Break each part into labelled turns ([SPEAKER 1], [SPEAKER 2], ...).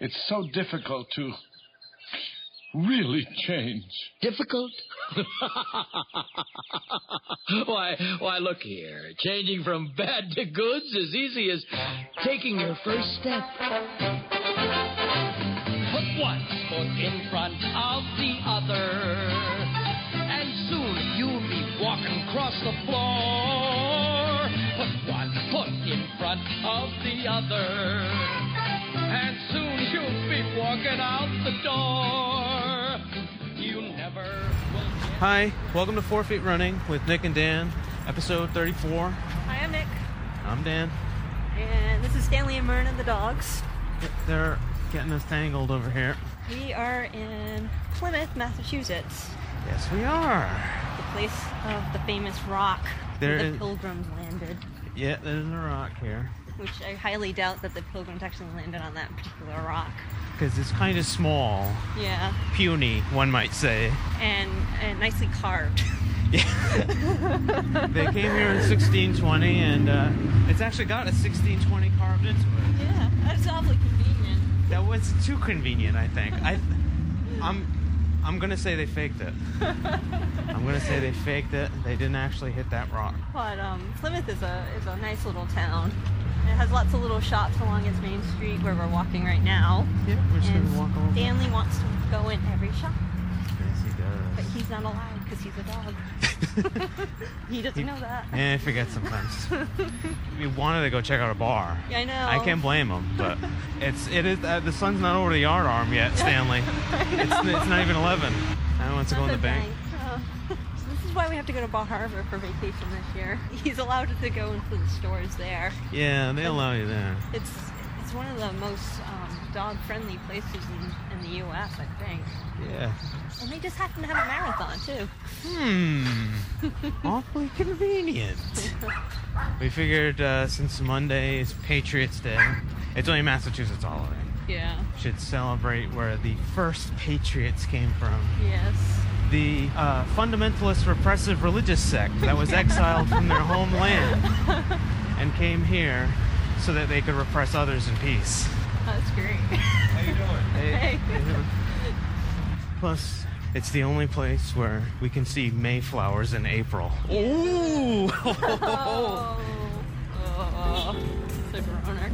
[SPEAKER 1] It's so difficult to really change.
[SPEAKER 2] Difficult?
[SPEAKER 3] why, why, look here. Changing from bad to good's as easy as taking your first step.
[SPEAKER 4] Put one foot in front of the other, and soon you'll be walking across the floor. Put one foot in front of the other, and soon you'll be walking out the door. You never will get.
[SPEAKER 5] Hi, welcome to Four Feet Running with Nick and Dan, episode 34.
[SPEAKER 6] Hi, I'm Nick.
[SPEAKER 5] I'm Dan.
[SPEAKER 6] And this is Stanley and Myrna, the dogs.
[SPEAKER 5] They're getting us tangled over here.
[SPEAKER 6] We are in Plymouth, Massachusetts,
[SPEAKER 5] Yes, we are.
[SPEAKER 6] the place of the famous rock
[SPEAKER 5] There
[SPEAKER 6] where the
[SPEAKER 5] is-
[SPEAKER 6] pilgrims landed,
[SPEAKER 5] Yeah, there's a rock here.
[SPEAKER 6] which I highly doubt that the pilgrims actually landed on that particular rock.
[SPEAKER 5] Because it's kind of small.
[SPEAKER 6] Yeah,
[SPEAKER 5] Puny, one might say.
[SPEAKER 6] and, and nicely carved.
[SPEAKER 5] They came here in 1620, and uh, it's actually got a 1620 carved into it.
[SPEAKER 6] yeah, that's awfully convenient.
[SPEAKER 5] That was too convenient, I think. I, I'm, I'm gonna say they faked it. I'm gonna say they faked it. They didn't actually hit that rock.
[SPEAKER 6] But um, Plymouth is a, is a nice little town. It has lots of little shops along its main street where we're walking right now.
[SPEAKER 5] Yeah, we're just
[SPEAKER 6] And
[SPEAKER 5] gonna walk over.
[SPEAKER 6] Stanley wants to go in every shop.
[SPEAKER 5] Yes, he does.
[SPEAKER 6] But he's not allowed because he's a dog. he doesn't know that.
[SPEAKER 5] Yeah, I forget sometimes. we wanted to go check out a bar.
[SPEAKER 6] Yeah, I know.
[SPEAKER 5] I can't blame him, but it's it is uh, the sun's not over the yard arm yet, Stanley. it's, it's not even eleven. I don't want to go in the
[SPEAKER 6] That's
[SPEAKER 5] bank.
[SPEAKER 6] okay. Oh. So this is why we have to go to Bar Harbor for vacation this year. He's allowed to go into the stores there.
[SPEAKER 5] Yeah, they allow you there.
[SPEAKER 6] It's it's one of the most um, dog-friendly places in, in the U.S. I think.
[SPEAKER 5] Yeah.
[SPEAKER 6] And they just happen to have a marathon too.
[SPEAKER 5] Hmm. Awfully convenient. We figured uh, since Monday is Patriots Day, it's only a Massachusetts holiday.
[SPEAKER 6] Yeah.
[SPEAKER 5] Should celebrate where the first Patriots came from.
[SPEAKER 6] Yes.
[SPEAKER 5] the uh, fundamentalist repressive religious sect that was exiled from their homeland and came here so that they could repress others in peace.
[SPEAKER 6] That's great.
[SPEAKER 5] Hey. Plus, it's the only place where we can see Mayflowers in April. Ooh!
[SPEAKER 6] Oh. Oh. Super owner.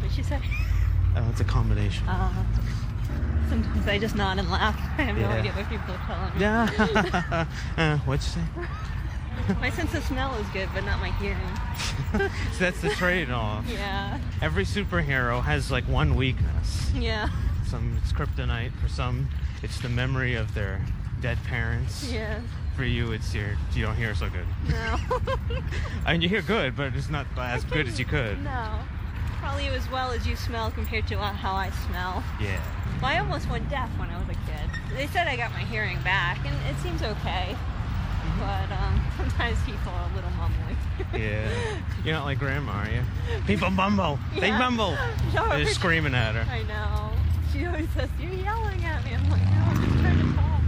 [SPEAKER 6] What'd she say?
[SPEAKER 5] oh, it's a combination.
[SPEAKER 6] Uh, sometimes I just nod and laugh. I have no
[SPEAKER 5] Yeah.
[SPEAKER 6] idea what people are telling me.
[SPEAKER 5] Yeah. uh, what'd you say?
[SPEAKER 6] My sense of smell is good, but not my hearing.
[SPEAKER 5] So that's the trade-off.
[SPEAKER 6] Yeah.
[SPEAKER 5] Every superhero has like one weakness.
[SPEAKER 6] Yeah.
[SPEAKER 5] Some it's kryptonite. For some, it's the memory of their dead parents.
[SPEAKER 6] Yes.
[SPEAKER 5] For you, it's your you don't hear so good.
[SPEAKER 6] No.
[SPEAKER 5] I mean, you hear good, but it's not as good as you could.
[SPEAKER 6] no. Probably as well as you smell compared to uh, how I smell.
[SPEAKER 5] Yeah.
[SPEAKER 6] Well, I almost went deaf when I was a kid. They said I got my hearing back, and it seems okay.
[SPEAKER 5] Mm-hmm.
[SPEAKER 6] But um, sometimes people are a little mumbling.
[SPEAKER 5] Yeah. You're not like grandma, are you? People mumble. They
[SPEAKER 6] Yeah.
[SPEAKER 5] mumble.
[SPEAKER 6] No,
[SPEAKER 5] They're
[SPEAKER 6] but-
[SPEAKER 5] screaming at her.
[SPEAKER 6] I know. She always says, You're yelling at me. I'm like, No, I'm just trying to talk.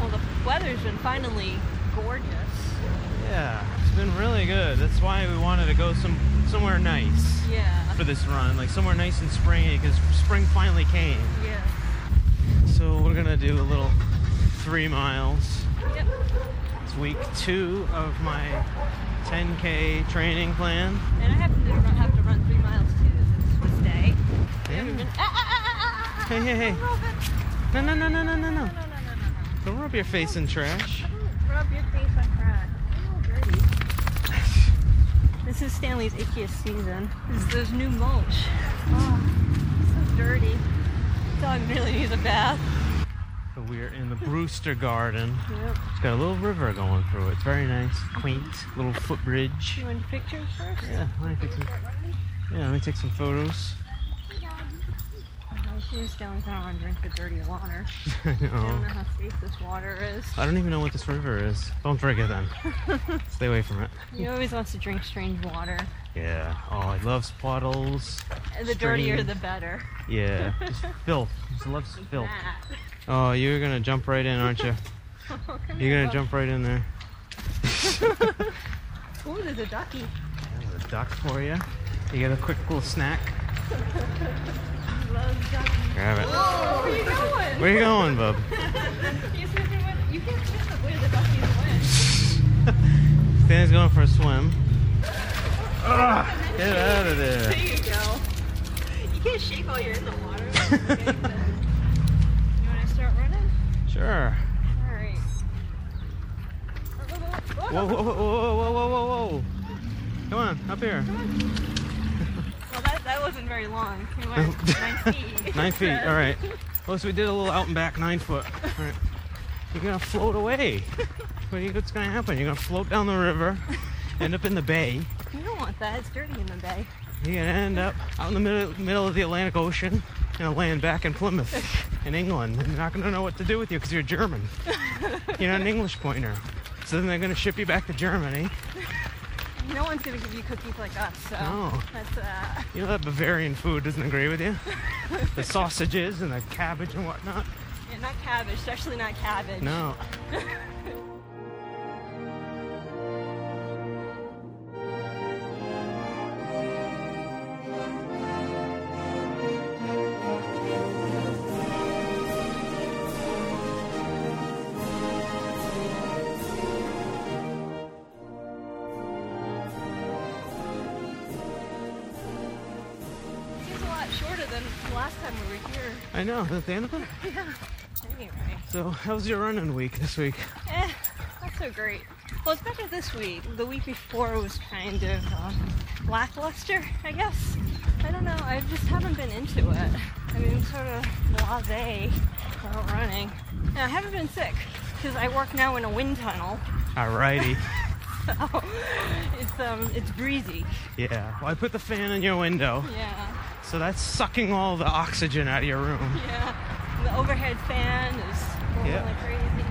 [SPEAKER 6] Well, the weather's been finally gorgeous.
[SPEAKER 5] Yeah. It's been really good. That's why we wanted to go some somewhere nice
[SPEAKER 6] Yeah.
[SPEAKER 5] for this run, like somewhere nice and springy, because spring finally came.
[SPEAKER 6] Yeah.
[SPEAKER 5] So we're gonna do a little three miles.
[SPEAKER 6] Yep.
[SPEAKER 5] It's week two of my 10k training plan.
[SPEAKER 6] And I happen to run, have to run three miles too this, this day. I haven't been- Ah, ah, ah, ah, ah, ah,
[SPEAKER 5] Hey, hey, hey.
[SPEAKER 6] don't rub it.
[SPEAKER 5] No, no, no, no, no, no, no.
[SPEAKER 6] No, no, no, no, no.
[SPEAKER 5] Don't rub your face in trash.
[SPEAKER 6] Don't Rub your face on crack. Oh, dirty. This is Stanley's ickiest season. This, there's new mulch. Oh, so dirty. Dog really needs a bath.
[SPEAKER 5] So we're in the Brewster Garden.
[SPEAKER 6] Yep.
[SPEAKER 5] It's got a little river going through it. It's very nice, quaint, little footbridge.
[SPEAKER 6] You want pictures first?
[SPEAKER 5] Yeah, let me take some. Yeah, let me take some photos.
[SPEAKER 6] Oh, she's down. I don't want to drink the dirty water.
[SPEAKER 5] I
[SPEAKER 6] I don't
[SPEAKER 5] know.
[SPEAKER 6] know how safe this water is.
[SPEAKER 5] I don't even know what this river is. Don't drink it then. Stay away from it.
[SPEAKER 6] He always wants to drink strange water.
[SPEAKER 5] Yeah. Oh, he loves puddles.
[SPEAKER 6] The dirtier,
[SPEAKER 5] Strange.
[SPEAKER 6] the better.
[SPEAKER 5] Yeah. Just filth. He loves filth.
[SPEAKER 6] That.
[SPEAKER 5] Oh, you're gonna jump right in, aren't you?
[SPEAKER 6] Come here,
[SPEAKER 5] You're gonna
[SPEAKER 6] bub.
[SPEAKER 5] jump right in there.
[SPEAKER 6] Ooh, there's a ducky.
[SPEAKER 5] There's a duck for you. You get a quick little snack.
[SPEAKER 6] Love ducky.
[SPEAKER 5] Grab it.
[SPEAKER 6] Where are you going?
[SPEAKER 5] Where you going, bub?
[SPEAKER 6] You're sniffing with- you can't sniff the way the duckies went.
[SPEAKER 5] Stan's going for a swim. Ugh, get out of
[SPEAKER 6] There
[SPEAKER 5] there.
[SPEAKER 6] you go. You can't shake while you're in the water. Okay, so- you want to start running?
[SPEAKER 5] Sure.
[SPEAKER 6] All right.
[SPEAKER 5] Whoa,
[SPEAKER 6] Whoa,
[SPEAKER 5] whoa, whoa, whoa, whoa, whoa, whoa, whoa. Come on, up here.
[SPEAKER 6] Well, that, that wasn't very long. We uh, went nine feet.
[SPEAKER 5] Nine feet, all right. Well, so we did a little out and back, nine foot. All right. You're gonna float away. What do you- What's gonna happen? You're gonna float down the river, end up in the bay.
[SPEAKER 6] You don't want that. It's dirty in the bay.
[SPEAKER 5] You're gonna end up out in the middle, middle of the Atlantic Ocean and land back in Plymouth, in England. And they're not gonna know what to do with you because you're German. You're not an English pointer. So then they're gonna ship you back to Germany.
[SPEAKER 6] No one's gonna give you cookies like us. So
[SPEAKER 5] No.
[SPEAKER 6] that's uh,
[SPEAKER 5] Oh, You know that Bavarian food doesn't agree with you? The sausages and the cabbage and whatnot?
[SPEAKER 6] yeah, not cabbage. Especially not cabbage.
[SPEAKER 5] No.
[SPEAKER 6] Seems a lot shorter than the last time we were here.
[SPEAKER 5] I know, that's the end of it.
[SPEAKER 6] uh, Anyway,
[SPEAKER 5] So, how's your running week this week?
[SPEAKER 6] eh, not so great. Well, it's better this week. The week before was kind of um, lackluster, I guess. I don't know. I just haven't been into it. I mean, I'm sort of blasé about running. Now, I haven't been sick because I work now in a wind tunnel,
[SPEAKER 5] Alrighty.
[SPEAKER 6] so it's um, it's breezy.
[SPEAKER 5] Yeah. Well, I put the fan in your window,
[SPEAKER 6] Yeah.
[SPEAKER 5] so that's sucking all the oxygen out of your room.
[SPEAKER 6] Yeah, the overhead fan is rolling
[SPEAKER 5] Yeah.
[SPEAKER 6] like crazy.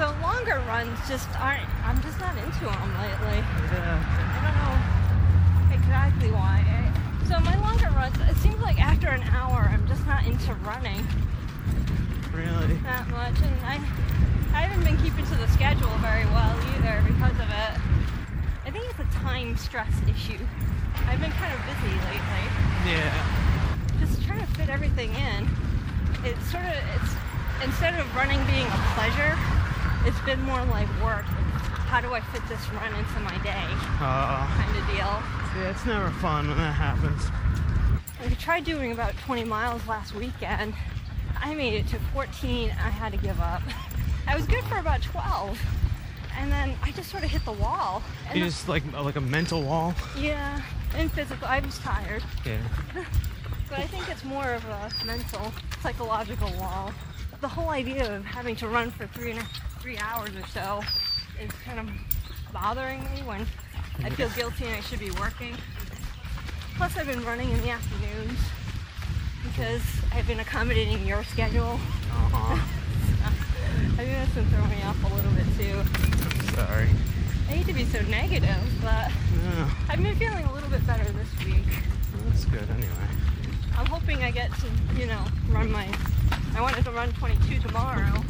[SPEAKER 6] So longer runs just aren't. I'm just not into them lately.
[SPEAKER 5] Yeah.
[SPEAKER 6] I don't know exactly why. I- So my longer runs, it seems like after an hour, I'm just not into running
[SPEAKER 5] Really?
[SPEAKER 6] that much, and I, I haven't been keeping to the schedule very well either because of it. I think it's a time stress issue. I've been kind of busy lately
[SPEAKER 5] Yeah.
[SPEAKER 6] just trying to fit everything in. It's sort of it's instead of running being a pleasure, it's been more like work. How do I fit this run into my day
[SPEAKER 5] Uh,
[SPEAKER 6] kind of deal?
[SPEAKER 5] yeah, it's never fun when that happens.
[SPEAKER 6] I tried doing about 20 miles last weekend. I made it to 14. I had to give up. I was good for about 12, and then I just sort of hit the wall. And
[SPEAKER 5] You just like like a mental wall.
[SPEAKER 6] yeah, and physical. I was tired,
[SPEAKER 5] Yeah.
[SPEAKER 6] But I think it's more of a mental, psychological wall. The whole idea of having to run for three and a, three hours or so is kind of bothering me when I feel guilty and I should be working. Plus, I've been running in the afternoons because I've been accommodating your schedule.
[SPEAKER 5] Uh-huh.
[SPEAKER 6] I think that's been throwing me off a little bit too.
[SPEAKER 5] Sorry.
[SPEAKER 6] I hate to be so negative, but
[SPEAKER 5] No,
[SPEAKER 6] I've been feeling a little bit better this week.
[SPEAKER 5] that's good anyway.
[SPEAKER 6] I'm hoping I get to, you know, run my. I wanted to run 22 tomorrow.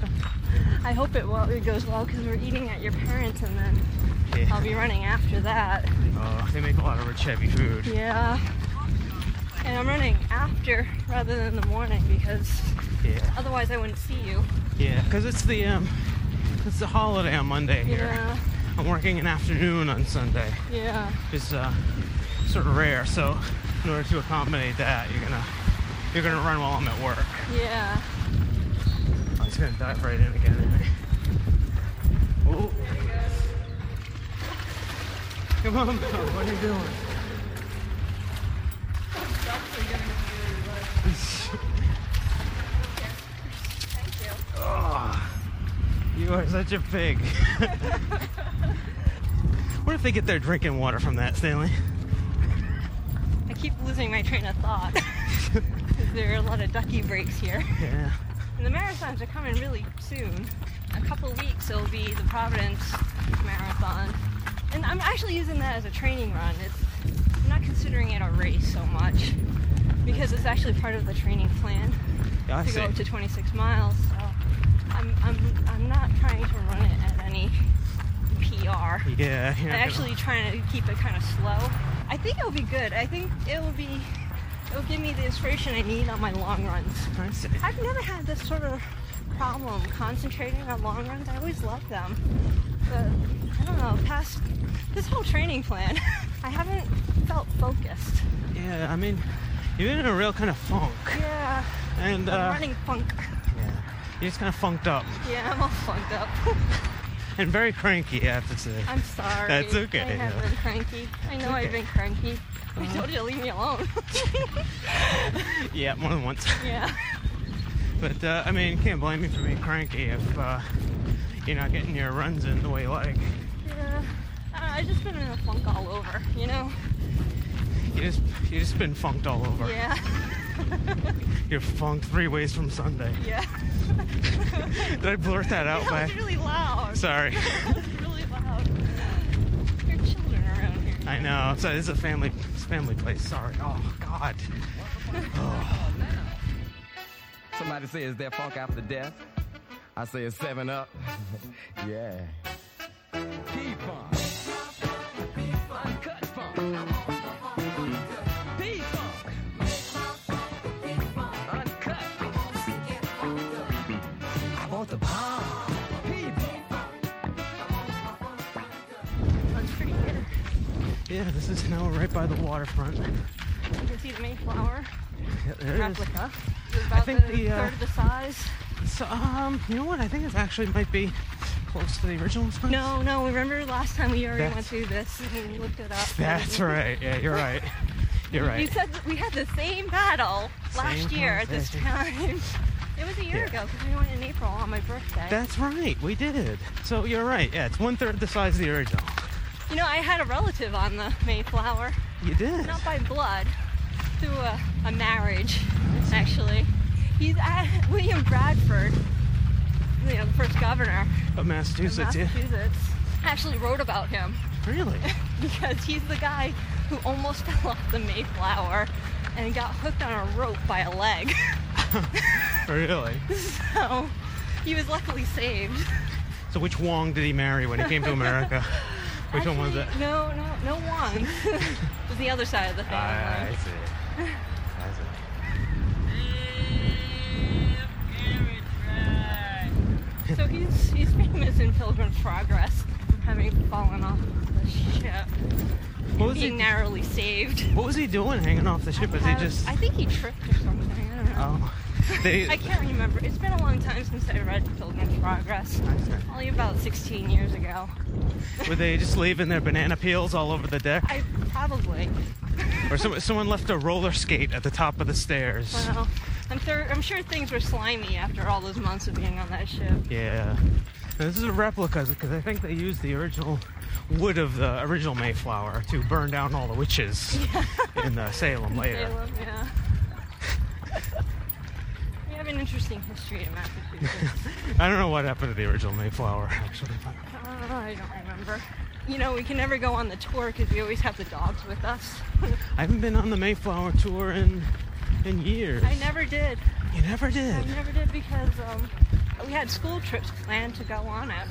[SPEAKER 6] I hope it well it goes well because we're eating at your parents and then
[SPEAKER 5] Yeah.
[SPEAKER 6] I'll be running after that.
[SPEAKER 5] Uh, they make a lot of rich heavy food.
[SPEAKER 6] Yeah. And I'm running after rather than the morning because
[SPEAKER 5] Yeah.
[SPEAKER 6] otherwise I wouldn't see you.
[SPEAKER 5] Yeah. Cause it's the um, it's the holiday on Monday here.
[SPEAKER 6] Yeah.
[SPEAKER 5] I'm working an afternoon on Sunday.
[SPEAKER 6] Yeah.
[SPEAKER 5] is uh, sort of rare. So in order to accommodate that, you're gonna you're gonna run while I'm at work.
[SPEAKER 6] Yeah.
[SPEAKER 5] I'm just Oh, gonna dive right in again. aren't I? Oh. Come on, Bill. What are you doing? You are such a pig. what if they get their drinking water from that, Stanley?
[SPEAKER 6] I keep losing my train of thought. 'Cause there are a lot of ducky breaks here.
[SPEAKER 5] Yeah.
[SPEAKER 6] And the marathons are coming really soon. A couple weeks it'll be the Providence Marathon. And I'm actually using that as a training run. It's I'm not considering it a race so much because it's actually part of the training plan
[SPEAKER 5] Yeah, I
[SPEAKER 6] to
[SPEAKER 5] see.
[SPEAKER 6] go up to 26 miles. So I'm, I'm, I'm not trying to run it at any PR.
[SPEAKER 5] Yeah. you're
[SPEAKER 6] I'm
[SPEAKER 5] not gonna-
[SPEAKER 6] actually trying to keep it kind of slow. I think it'll be good. I think it'll be it'll give me the inspiration I need on my long runs.
[SPEAKER 5] I see.
[SPEAKER 6] I've never had this sort of problem concentrating on long runs. I always love them. But I don't know, past this whole training plan, I haven't felt focused.
[SPEAKER 5] Yeah, I mean, you're in a real kind of funk,
[SPEAKER 6] Yeah,
[SPEAKER 5] and
[SPEAKER 6] I'm
[SPEAKER 5] uh,
[SPEAKER 6] running funk.
[SPEAKER 5] yeah, you're just kind of funked up
[SPEAKER 6] Yeah, I'm all funked up.
[SPEAKER 5] and very cranky, I have to say.
[SPEAKER 6] I'm sorry.
[SPEAKER 5] That's okay,
[SPEAKER 6] I have
[SPEAKER 5] yeah.
[SPEAKER 6] been cranky. I know I've
[SPEAKER 5] okay. Uh-huh.
[SPEAKER 6] been cranky. I told you to leave me alone.
[SPEAKER 5] Yeah, more than once.
[SPEAKER 6] yeah.
[SPEAKER 5] But uh, I mean, can't blame you for being cranky if uh, you're not getting your runs in the way you like.
[SPEAKER 6] Yeah. I- I've just been in a funk all over, you know?
[SPEAKER 5] You just you just been funked all over.
[SPEAKER 6] Yeah.
[SPEAKER 5] You're funked three ways from Sunday.
[SPEAKER 6] yeah.
[SPEAKER 5] Did I blurt that out?
[SPEAKER 6] That
[SPEAKER 5] by?
[SPEAKER 6] was really loud.
[SPEAKER 5] Sorry.
[SPEAKER 6] That was really loud. There are children around here.
[SPEAKER 5] I know. So this is a family it's a family place. Sorry. Oh God.
[SPEAKER 2] Somebody say, is there funk after death? I say, it's seven up. yeah. Keep on. Uncut funk. Defunk. Uncut. I want the bomb.
[SPEAKER 6] That's pretty good.
[SPEAKER 5] Yeah, this is now right by the waterfront.
[SPEAKER 6] You can see the Mayflower
[SPEAKER 5] Yeah, there it is.
[SPEAKER 6] replica. It's about
[SPEAKER 5] think
[SPEAKER 6] the,
[SPEAKER 5] the, uh,
[SPEAKER 6] third of the size.
[SPEAKER 5] So um, you know what? I think it's actually might be close to the original spot.
[SPEAKER 6] No, no, remember last time we already went
[SPEAKER 5] That's-
[SPEAKER 6] through this and we looked it up.
[SPEAKER 5] That's right. Yeah, you're right. You're
[SPEAKER 6] You
[SPEAKER 5] right.
[SPEAKER 6] said that we had the same battle last
[SPEAKER 5] Same
[SPEAKER 6] year at this time. It was a year
[SPEAKER 5] Yeah.
[SPEAKER 6] ago because we went in April on my birthday.
[SPEAKER 5] That's right. We did. So you're right. Yeah, it's one third the size of the original.
[SPEAKER 6] you know, I had a relative on the Mayflower.
[SPEAKER 5] You did.
[SPEAKER 6] not by blood, through a, a marriage, actually. He's uh, William Bradford, you know, the first governor
[SPEAKER 5] Of
[SPEAKER 6] of
[SPEAKER 5] Massachusetts. Yeah.
[SPEAKER 6] Massachusetts, actually wrote about him
[SPEAKER 5] Really?
[SPEAKER 6] because he's the guy who almost fell off the Mayflower and got hooked on a rope by a leg.
[SPEAKER 5] really?
[SPEAKER 6] so he was luckily saved.
[SPEAKER 5] So which Wong did he marry when he came to America? which one was it?
[SPEAKER 6] Actually, No, no, no one. it was the other side of the
[SPEAKER 5] I
[SPEAKER 6] family.
[SPEAKER 5] see. I see.
[SPEAKER 6] So he's he's famous in Pilgrim's Progress, having fallen off the ship,
[SPEAKER 5] What was,
[SPEAKER 6] being
[SPEAKER 5] he,
[SPEAKER 6] narrowly saved.
[SPEAKER 5] what was he doing hanging off the ship? Was he
[SPEAKER 6] Have-
[SPEAKER 5] just.
[SPEAKER 6] I think he tripped or something. I don't know.
[SPEAKER 5] Oh. They,
[SPEAKER 6] I can't remember. It's been a long time since I read Pilgrim's Progress. Only about 16 years ago.
[SPEAKER 5] Were they just leaving their banana peels all over the deck?
[SPEAKER 6] I probably.
[SPEAKER 5] Or some, someone left a roller skate at the top of the stairs?
[SPEAKER 6] Well, I'm, thir- I'm sure things were slimy after all those months of being on that ship.
[SPEAKER 5] Yeah. Now, this is a replica because I think they used the original wood of the original Mayflower to burn down all the witches in uh, Salem later.
[SPEAKER 6] Salem, yeah. we have an interesting history in Massachusetts.
[SPEAKER 5] I don't know what happened to the original Mayflower, actually. but-
[SPEAKER 6] Uh, I don't remember. You know, we can never go on the tour because we always have the dogs with us.
[SPEAKER 5] I haven't been on the Mayflower tour in in years.
[SPEAKER 6] I never did.
[SPEAKER 5] You never did.
[SPEAKER 6] I never did because um, we had school trips planned to go on it.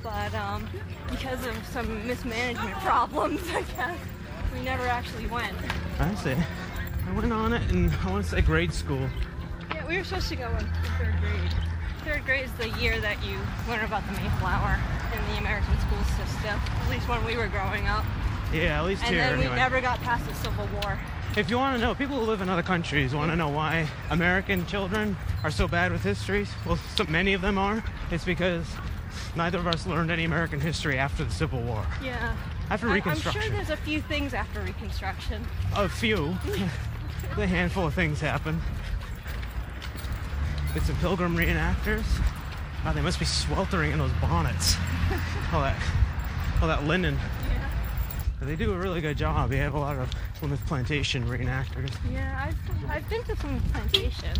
[SPEAKER 6] But um, because of some mismanagement problems, I guess, we never actually went.
[SPEAKER 5] I see. I went on it in I want to say grade school.
[SPEAKER 6] Yeah, we were supposed to go in third grade. Third grade is the year that you learn about the Mayflower in the American school system, at least when we were growing up.
[SPEAKER 5] Yeah, at least
[SPEAKER 6] And
[SPEAKER 5] here.
[SPEAKER 6] then we
[SPEAKER 5] anyway.
[SPEAKER 6] never got past the Civil War.
[SPEAKER 5] If you want to know, people who live in other countries want to know why American children are so bad with histories. Well, so many of them are. It's because neither of us learned any American history after the Civil War.
[SPEAKER 6] Yeah.
[SPEAKER 5] After
[SPEAKER 6] I- I'm
[SPEAKER 5] Reconstruction.
[SPEAKER 6] sure there's a few things after Reconstruction.
[SPEAKER 5] a few, a handful of things happen. It's a pilgrim reenactors. Oh, they must be sweltering in those bonnets. all that, all that linen. But They do a really good job. They have a lot of Plymouth plantation reenactors.
[SPEAKER 6] Yeah, I've, I've been to some plantation.